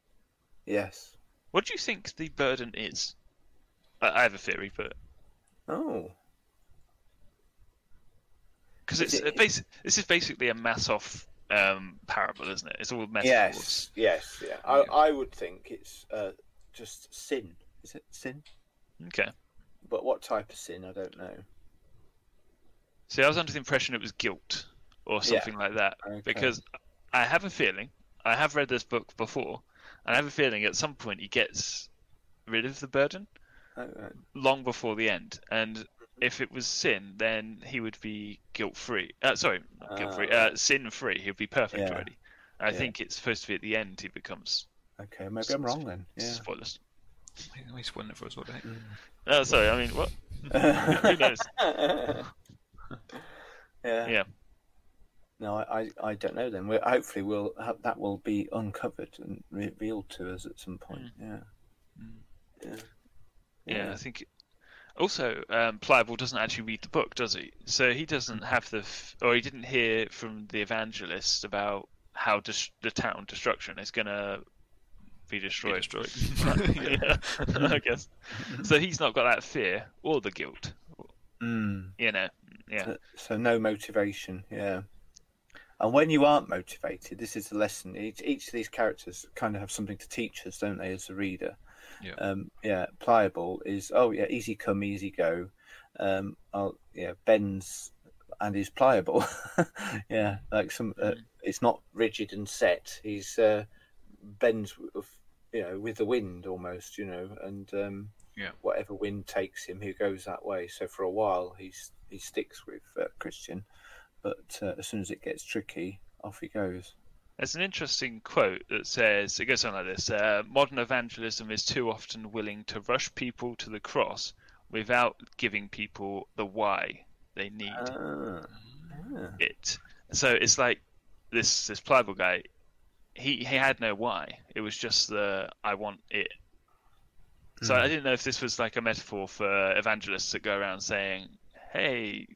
Yes.
What do you think the burden is? I, I have a theory, but
Oh.
because
Is
it's
it-
a basi- this is basically a mass off um, parable, isn't it? It's all metaphors.
Yes. Yes. Yeah. I,
Yeah.
I would think it's uh, just sin. Is it sin?
Okay.
But what type of sin? I don't know.
See, I was under the impression it was guilt or
Yeah.
something like that.
Okay.
Because I have a feeling, I have read this book before, and I have a feeling at some point he gets rid of the burden
I don't know.
long before the end. And if it was sin, then he would be guilt free. Uh, sorry, not guilt free,
Ah.
uh, sin free. He'd be perfect
Yeah.
already. I
Yeah.
think it's supposed to be at the end he becomes.
Okay. Maybe
[LAUGHS]
I'm wrong then.
Spoilers.
At least one for us, what the heck?
Oh, sorry, I mean, what? Who
[LAUGHS] Yeah.
knows?
yeah.
Yeah.
No, I, I, I don't know. Then we hopefully we'll have, that will be uncovered and revealed to us at some point. Yeah.
Mm.
Yeah.
Yeah, I think. Also, um, Pliable doesn't actually read the book, does he? So he doesn't have the, f- or he didn't hear from the evangelist about how dis- the town destruction is going to be destroyed.
destroyed. [LAUGHS]
[LAUGHS] yeah, I guess. So he's not got that fear or the guilt.
Mm.
You know. Yeah.
So no motivation, yeah. And when you aren't motivated, this is the lesson. Each, each of these characters kind of have something to teach us, don't they, as the reader?
Yeah.
Um, yeah. Pliable is oh yeah, easy come, easy go. Um, I'll, yeah, bends and is pliable. [LAUGHS] yeah, like some. Uh, it's not rigid and set. He's uh, bends, w- of, you know, with the wind almost. You know, and um,
Yeah.
whatever wind takes him, he goes that way. So for a while, he's he sticks with uh, Christian, but uh, as soon as it gets tricky, off he goes.
There's an interesting quote that says it goes something like this: uh, "Modern evangelism is too often willing to rush people to the cross without giving people the why they need
Ah. Ah.
it." So it's like this this pliable guy. He he had no why. It was just the I want it. So I didn't know if this was like a metaphor for evangelists that go around saying, "Hey,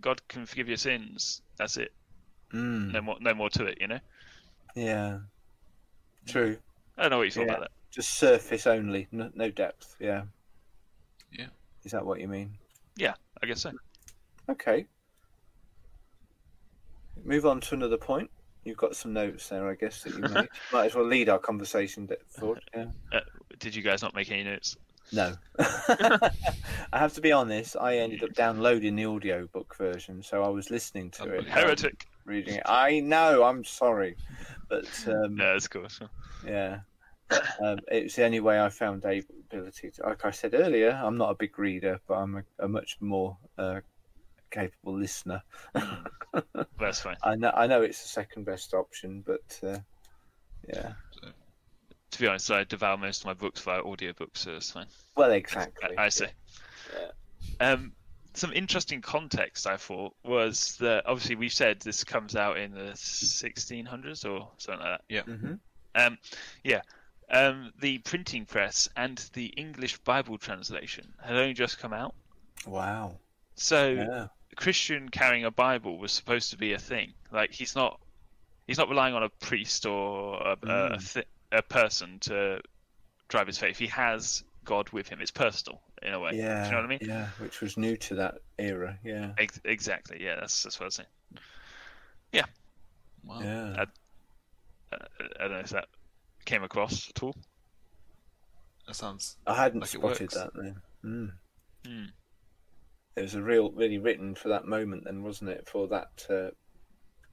God can forgive your sins. That's it.
Mm.
No more no more to it." You know.
Yeah. True.
I don't know what you thought
Yeah.
about that.
Just surface only, no, no depth. Yeah.
Yeah.
Is that what you mean?
Yeah, I guess so.
Okay. Move on to another point. You've got some notes there, I guess, [LAUGHS] that you made. Might as well lead our conversation de- [LAUGHS] forward. Yeah.
Did you guys not make any notes?
No. [LAUGHS] I have to be honest, I ended up downloading the audiobook version, so I was listening to it.
Unbelievable.
Heretic.
Reading it. I know, I'm sorry. But um,
No, it's cool.
Yeah. Um, it was the only way I found the ability to, like I said earlier, I'm not a big reader, but I'm a, a much more uh, capable listener. [LAUGHS]
That's fine.
I know, I know it's the second best option, but uh, yeah.
To be honest, I devour most of my books via audiobooks, so it's fine.
Well, exactly.
I, I see.
Yeah.
Um, some interesting context I thought was that obviously we said this comes out in the 1600s or something like
hmm
that. Um, yeah. Um, the printing press and the English Bible translation had only just come out.
Wow.
So
Yeah.
Christian carrying a Bible was supposed to be a thing. Like he's not, he's not relying on a priest or a, a,
Mm.
thi- a person to drive his faith. He has God with him. It's personal in a way.
Yeah.
Do you know what I mean?
Yeah, which was new to that era. Yeah.
Ex- exactly. Yeah, that's that's what I'm saying.
Wow.
Yeah.
Uh, I don't know if that came across at all.
That sounds.
I hadn't
Like it
spotted
works.
that then. Mm.
Hmm.
It was a real, really written for that moment, then, wasn't it? For that, uh,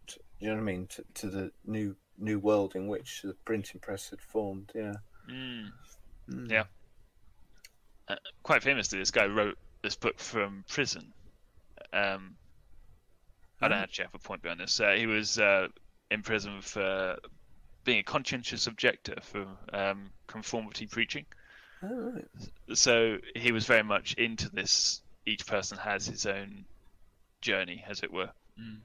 t- you know what I mean? To, to the new new world in which the printing press had formed. Yeah.
Mm.
Mm.
Yeah. Uh, quite famously, this guy wrote this book from prison. Um, I don't
Hmm.
actually have a point behind this. Uh, he was uh, in prison for being a conscientious objector for um, conformity preaching.
All right.
So he was very much into this. Each person has his own journey, as it were,
Mm.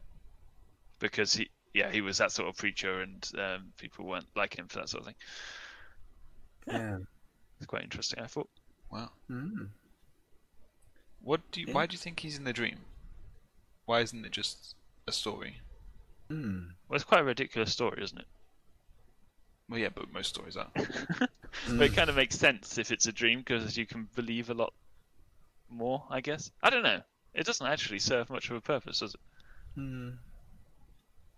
because he, yeah, he was that sort of preacher, and um, people weren't liking him for that sort of thing.
Yeah.
It's quite interesting, I thought.
Wow.
Mm.
What do you,
Yeah.
Why do you think he's in the dream? Why isn't it just a story?
Mm.
Well, it's quite a ridiculous story, isn't it?
Well, yeah, but most stories are.
But it kind of makes sense if it's a dream because you can believe a lot more, I guess. I don't know. It doesn't actually serve much of a purpose, does it?
Mm.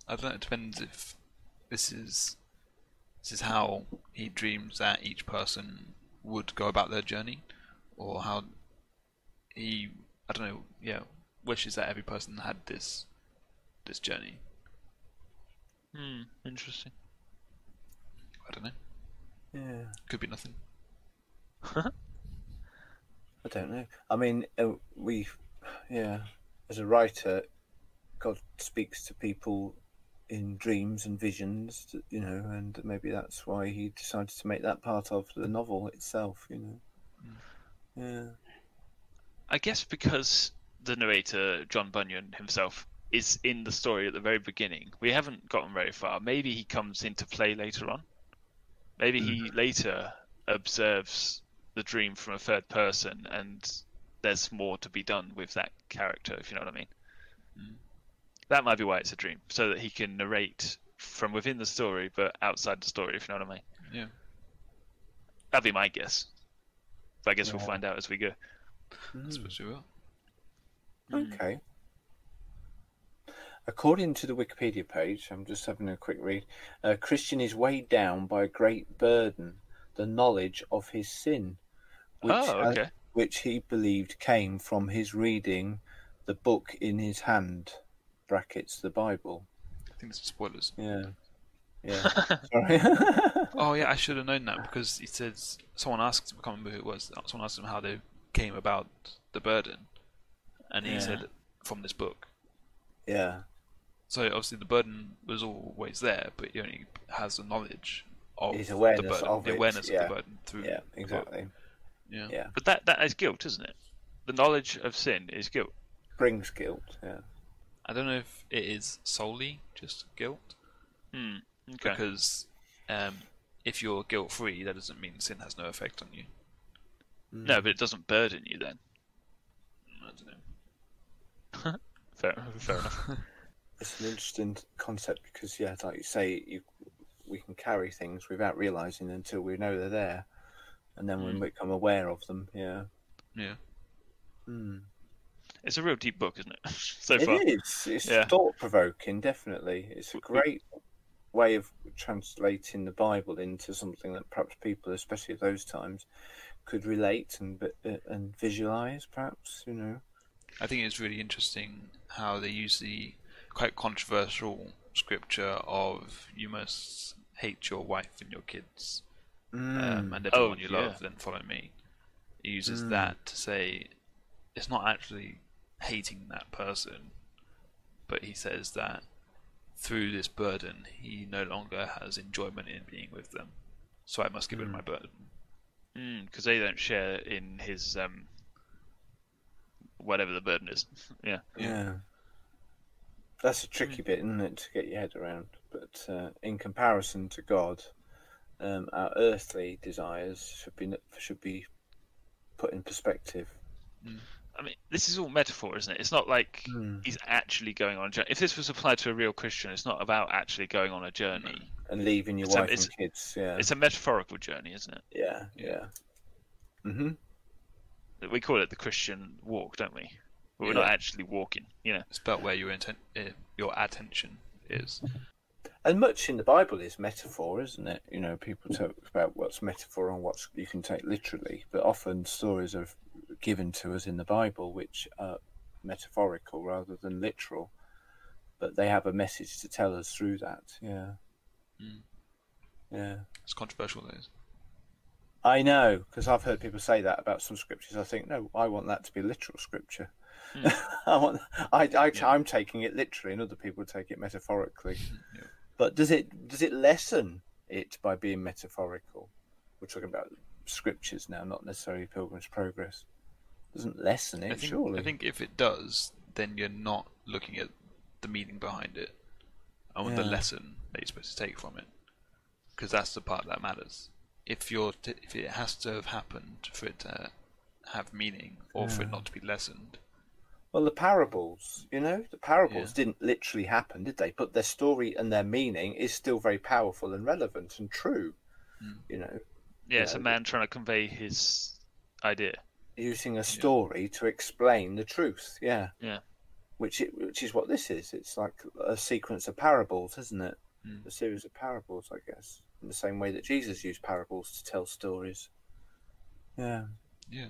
I don't know. It depends if this is this is how he dreams that each person would go about their journey, or how he I don't know. Yeah, wishes that every person had this this journey.
Hmm, interesting.
I don't know.
Yeah.
Could be nothing.
I don't know. I mean, uh, we, yeah, as a writer, God speaks to people in dreams and visions, you know, and maybe that's why he decided to make that part of the novel itself, you know. Yeah.
I guess because the narrator, John Bunyan himself, is in the story at the very beginning, we haven't gotten very far. Maybe he comes into play later on. Maybe he later observes the dream from a third person and there's more to be done with that character, if you know what I mean. That might be why it's a dream, so that he can narrate from within the story, but outside the story, if you know what I mean.
Yeah.
That'd be my guess. But I guess we'll
Yeah.
find out as we go.
Mm.
I suppose you will.
Mm.
Okay. According to the Wikipedia page, I'm just having a quick read. Uh, Christian is weighed down by a great burden, the knowledge of his sin, which,
oh,
uh,
okay.
which he believed came from his reading the book in his hand, brackets the Bible.
I think there's some spoilers.
Yeah,
[LAUGHS]
yeah. Sorry. [LAUGHS]
Oh yeah, I should have known that because he said someone asked. I can't remember who it was. Someone asked him how they came about the burden, and he
Yeah.
said from this book.
yeah,
So obviously the burden was always there, but he only has the knowledge of
His awareness
the burden,
of
the
it,
awareness
yeah.
of the burden through.
yeah,
the book.
exactly.
Yeah.
Yeah.
But that that is guilt, isn't it? The knowledge of sin is guilt.
Brings guilt. Yeah.
I don't know if it is solely just guilt
Hmm. Okay.
because um, if you're guilt free, that doesn't mean sin has no effect on you.
No, but it doesn't burden you then.
I don't know.
Fair, fair enough.
it's an interesting concept because yeah like you say you we can carry things without realizing until we know they're there and then
Mm.
when we become aware of them yeah
Yeah.
mm.
It's a real deep book, isn't it? [LAUGHS] so far.
it is it's
Yeah.
thought-provoking definitely it's a great way of translating the bible into something that perhaps people especially at those times could relate and uh, and visualize perhaps you know
I think it's really interesting how they use the quite controversial scripture of "You must hate your wife and your kids um, and
Oh,
everyone you
yeah.
love, then follow me." It uses that to say it's not actually hating that person, but he says that through this burden, he no longer has enjoyment in being with them. So I must give rid of my burden.
Because Hmm, they don't share in his um, whatever the burden is. [LAUGHS] yeah.
Yeah. That's a tricky bit, isn't it, to get your head around? But uh, in comparison to God, um, our earthly desires should be should be put in perspective.
I mean, this is all metaphor, isn't it? It's not like
Hmm.
he's actually going on a journey. If this was applied to a real Christian, it's not about actually going on a journey.
And leaving your
It's a-
wife
it's-
and kids, yeah,
It's a metaphorical journey, isn't it?
yeah, yeah. hmm
We call it the Christian walk, don't we? But we're not
Yeah.
actually walking, you know.
It's about where your inten- eh, your attention is.
And much in the Bible is metaphor, isn't it? You know, people talk about what's metaphor and what you can take literally, but often stories are given to us in the Bible which are metaphorical rather than literal, but they have a message to tell us through that. Yeah.
Mm.
Yeah.
It's controversial, though.
I know, because I've heard people say that about some scriptures. I think, no, I want that to be literal scripture.
Hmm.
[LAUGHS] I want, I, I, I'm taking it literally, and other people take it metaphorically.
Hmm, Yeah.
But does it does it lessen it by being metaphorical? We're talking about scriptures now, not necessarily Pilgrim's Progress. Doesn't lessen it,
I think,
surely.
I think if it does, then you're not looking at the meaning behind it and what the
Yeah.
lesson that you're supposed to take from it, because that's the part that matters. If you're, t- if it has to have happened for it to have meaning or for it not to be lessened,
Well, the parables, you know, the parables
Yeah.
didn't literally happen, did they? But their story and their meaning is still very powerful and relevant and true.
Hmm.
You know,
Yeah, it's a
Yeah.
man trying to convey his idea.
using a story to explain the truth. Yeah.
Yeah.
Which it, which is what this is. It's like a sequence of parables, isn't it? A series of parables, I guess. In the same way that Jesus used parables to tell stories. Yeah.
yeah.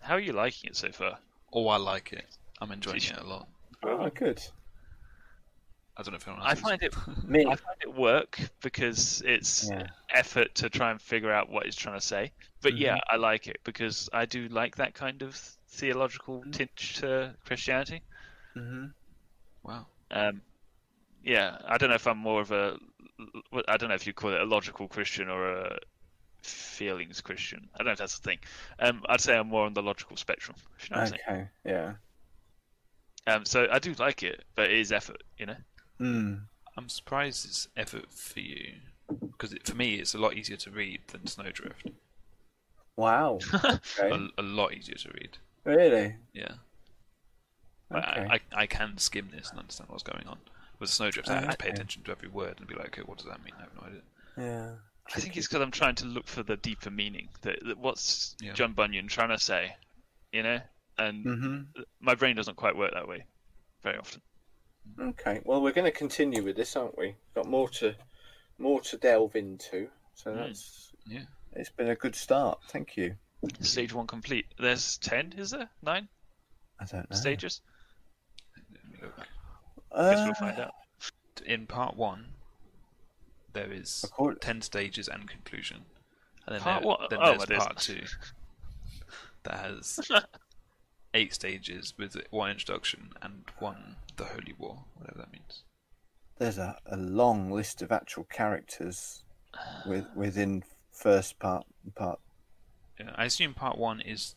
How are you liking it so far?
Oh, I like it. I'm enjoying it a lot.
Oh, good.
I don't know if anyone else
I
is.
find it
Me.
I find it work because it's
Yeah.
effort to try and figure out what it's trying to say. But yeah, I like it because I do like that kind of theological tinge to Christianity.
hmm
Wow.
Um, yeah, I don't know if I'm more of a I don't know if you call it a logical Christian or a feelings Christian. I don't know if that's the thing. Um, I'd say I'm more on the logical spectrum. If you know what I'm saying.
Okay. Yeah.
Um, so I do like it, but it is effort, you know.
Mm.
I'm surprised it's effort for you, because for me it's a lot easier to read than Snowdrift.
[LAUGHS] Wow. Okay.
A, a lot easier to read.
really?
Yeah.
Okay.
I, I, I can skim this and understand what's going on. with Snowdrifts, I had to pay
Uh, Okay.
attention to every word and be like, okay, what does that mean? I have no idea.
Yeah.
I think it's because I'm trying to look for the deeper meaning. That, that what's
Yeah.
John Bunyan trying to say, you know? And
hmm
my brain doesn't quite work that way very often.
Okay. Well, we're going to continue with this, aren't we? Got more to more to delve into. So that's
Yeah.
It's been a good start. Thank you.
Stage one complete. There's ten, is there? Nine
I
Ah.
don't know.
stages?
Let me look.
Guess
Uh,
we'll find out.
In part one, there is
Accord-
ten stages and conclusion, and then,
Part
there-
one?
then
Oh,
there's
it is.
part
[LAUGHS]
two that has eight stages with one introduction and one the holy war, whatever that means.
there's a, a long list of actual characters with, within first part part.
Yeah, I assume part one is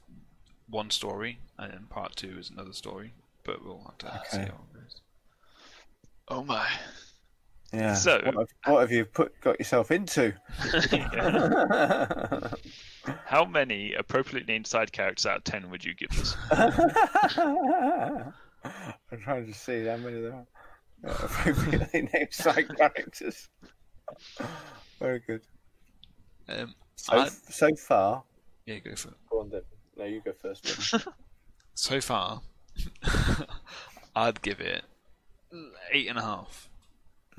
one story, and then part two is another story. But we'll have to see
Okay.
how it goes.
[LAUGHS] Oh my. [LAUGHS]
Yeah.
So-
what have, what have you put got yourself into?
How many appropriately named side characters out of ten would you give us?
[LAUGHS] I'm trying to see how many there are. Uh, appropriately [LAUGHS] named side characters. Very good.
Um,
So,
I-
so far.
yeah, go for it.
Go on, then. No, you go first. Dave.
So far, [LAUGHS] I'd give it eight and a half.
[LAUGHS]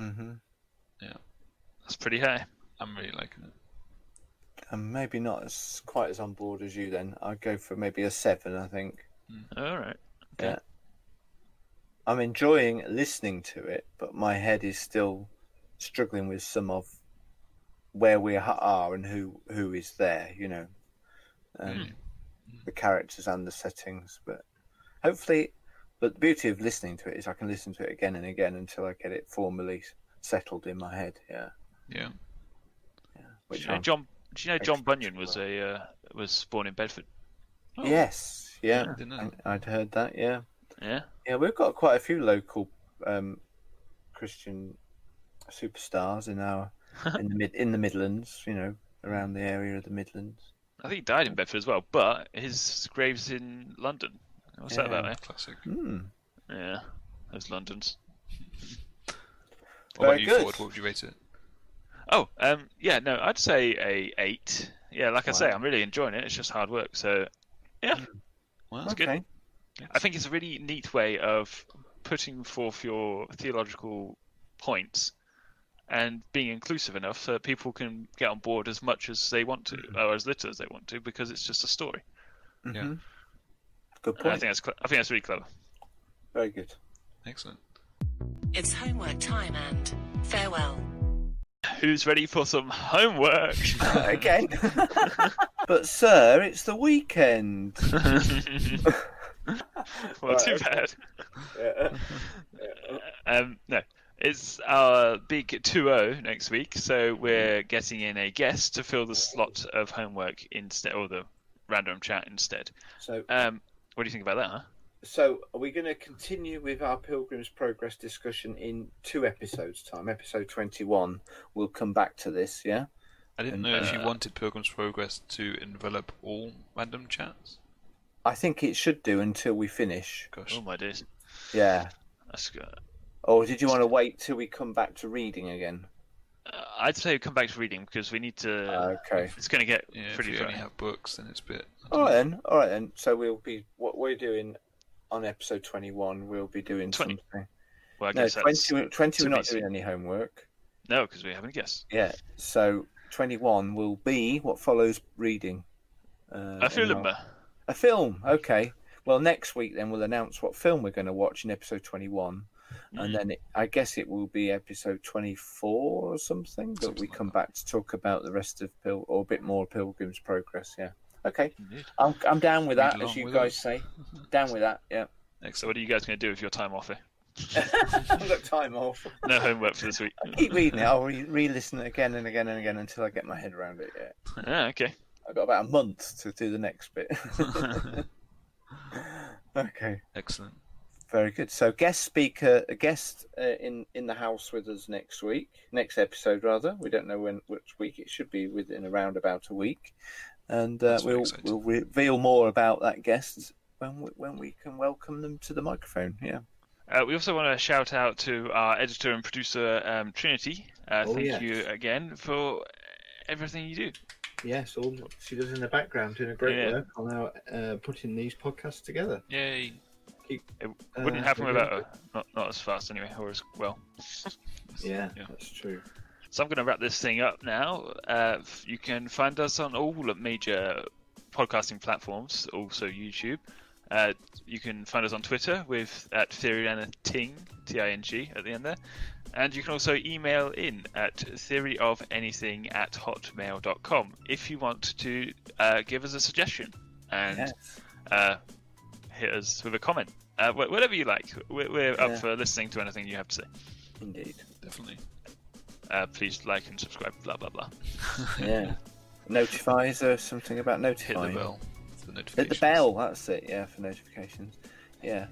Mm-hmm.
Yeah,
That's pretty high.
I'm really liking it.
And maybe not as quite as on board as you. Then I'd go for maybe a seven. I think.
All right.
Yeah. I'm enjoying listening to it, but my head is still struggling with some of where we ha- are and who who is there. You know, um, the characters and the settings. But hopefully, but the beauty of listening to it is I can listen to it again and again until I get it formally settled in my head. Yeah.
Yeah,
Do
Which
you know
I'm-
John? Do you know John
Excellent.
Bunyan was a uh, was born in Bedford?
Yes. Yeah.
didn't know.
I- I'd heard that. Yeah.
Yeah.
Yeah, we've got quite a few local um, Christian superstars
[LAUGHS]
in our in the mid in the Midlands. You know, around the area of the Midlands.
I think he died in Bedford as well, but his grave's in London. What's that
Yeah.
about? Eh?
Classic.
Hmm.
Yeah. Those Londons.
What about
Very
you,
good.
Ford? What would you rate it?
Oh, um, yeah, no, I'd say a eight. Yeah, like I say,
Wow.
I'm really enjoying it. It's just hard work, so yeah,
Wow.
That's good.
okay.
I think it's a really neat way of putting forth your theological points and being inclusive enough so that people can get on board as much as they want to,
Mm-hmm.
or as little as they want to, because it's just a story.
Yeah.
Mhm. Good
And I
point.
think that's cl- I think that's really clever. [LAUGHS]
Very good.
Excellent.
It's homework time and farewell.
Who's ready for some homework? [LAUGHS]
Again. [LAUGHS] but sir, it's the
[LAUGHS]
weekend.
well,
Right,
too
okay.
bad.
Yeah.
Um, no, it's our big 2-0 next week, so we're getting in a guest to fill the slot of homework instead, or the random chat instead.
So,
Um, what do you think about that? Huh?
so are we going to continue with our Pilgrim's Progress discussion in two episodes' time? Episode twenty-one. We'll come back to this. Yeah.
I didn't
And,
know if you
uh,
wanted Pilgrim's Progress to envelop all random chats.
I think it should do until we finish.
Gosh.
Oh my days,
Yeah.
that's good.
Or did you want to wait till we come back to reading again?
Uh, I'd say come back to reading because we need to.
Ah, okay.
It's going to get
yeah, if
pretty
you
dry. Oh,
only have books, then it's a bit. I
All
don't
right then. All right then. So we'll be what we're doing on episode twenty-one. We'll be doing
20.
something.
Well, I
No,
guess that's-
20, 20
to
We're
be
not
seen.
doing any homework.
no, because we haven't guessed.
Yeah. So twenty-one will be what follows reading. Uh,
A
and
film.
I'll- A film. Okay. Well, next week then we'll announce what film we're going to watch in episode twenty-one,
Mm.
and then it, I guess it will be episode twenty-four or something that
Something
we
like
come
that.
back to talk about the rest of Pil or a bit more Pilgrim's Progress. Yeah. Okay.
Indeed.
I'm, I'm down with
Read
that, as
along
you
with
guys
us. [LAUGHS]
say. Down with that, yeah. [LAUGHS]
So, what are you guys going to do with your time off? eh?
I've got time off.
No homework for this week. [LAUGHS]
Keep reading it. I'll re- re-listen it again and again and again until I get my head around it. Yeah,
yeah, Ah, okay.
I've got about a month to do the
[LAUGHS]
next bit. [LAUGHS]
[LAUGHS]
okay,
Excellent.
very good. So, guest speaker, a guest uh, in in the house with us next week, next episode rather. We don't know when which week it should be. Within around about a week, and uh,
That's very
we'll
exciting.
we'll reveal more about that guest when we, when we can welcome them to the microphone. Yeah.
Uh, we also want to shout out to our editor and producer um, Trinity. Uh,
Oh,
thank
yes.
you again for everything you do.
Yes, all she does in the background, doing a great
Yeah.
work on our, uh, putting these podcasts together.
Yay.
It wouldn't
Uh,
happen
yeah.
without her. Not, not as fast anyway, or as well.
Yeah,
Yeah.
that's true.
So I'm going to wrap this thing up now. Uh, f- you can find us on all major podcasting platforms, also YouTube. Uh, you can find us on Twitter with at theoryanything, T-I-N-G at the end there. And you can also email in at theoryofanything at hotmail.com if you want to uh, give us a suggestion and
Yes.
uh, hit us with a comment. Uh, wh- whatever you like. We're, we're
Yeah.
up for listening to anything you have to say.
Indeed.
Definitely.
Uh, please like and subscribe, blah, blah, blah.
[LAUGHS]
Yeah. Notify, is there something about
Hit
notifying?
the bell. for
Hit the
notifications.
bell, that's it, yeah, for notifications. Yeah.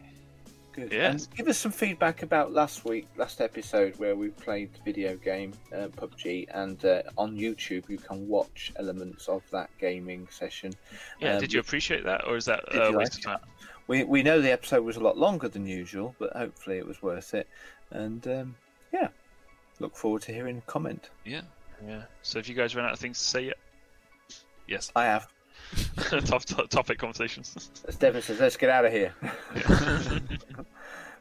Good.
Yeah.
And give us some feedback about last week, last episode, where we played the video game uh, PUBG, and uh, on YouTube you can watch elements of that gaming session.
Yeah,
Um,
did you appreciate that, or is that
Did
uh,
you
waste
like
of time?
We, we know the episode was a lot longer than usual, but hopefully it was worth it. And um, yeah, look forward to hearing a comment.
Yeah.
Yeah. So if you guys run out of things to say yet, [LAUGHS]
Yes.
I have.
top, top topic conversations. [LAUGHS]
As Devin says, let's get out of here. [LAUGHS]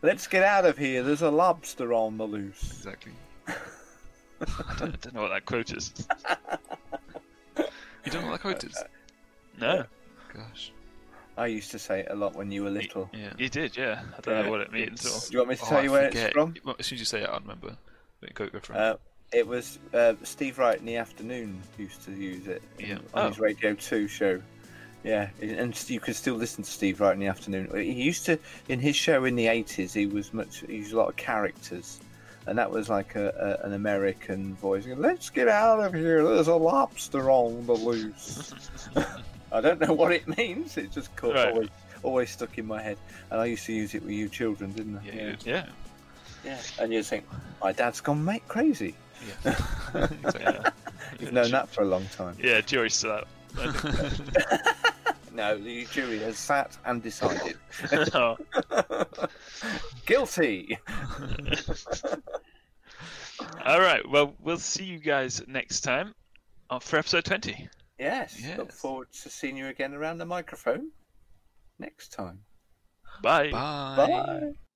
let's get out of here. There's a lobster on the loose.
Exactly.
I don't, I don't know what that quote is.
You don't
[LAUGHS]
know what that quote is?
No,
Gosh.
I used to say it a lot when you were little.
Yeah.
you did. Yeah, I don't
Yeah,
know what it means.
Do
Or...
you want me to
Oh,
tell
I
you where it's
forget.
from?
Well, as soon as you say it, I'll remember. But go, go for it.
Uh, it was uh, Steve Wright in the afternoon used to use it in-
Yeah.
on
Oh.
his Radio 2 show. Yeah, and you can still listen to Steve Wright in the afternoon. He used to in his show in the 80s. He was much he used a lot of characters, and that was like a, a, an American voice. Let's get out of here. There's a lobster on the loose. I don't know what it means. It just caught,
Right.
always always stuck in my head, and I used to use it with you children, didn't I?
yeah, yeah.
Yeah,
yeah. And you'd think my dad's gone mate crazy.
Yeah. [LAUGHS] exactly.
[LAUGHS]
yeah,
You've known that for a long time.
yeah. Jury's to that.
No, the jury has sat and [LAUGHS] decided.
[LAUGHS] Oh,
Guilty!
All right. Well, we'll see you guys next time uh, for episode twenty.
Yes, look
Yes.
forward to seeing you again around the microphone next time.
Bye.
Bye.
Bye.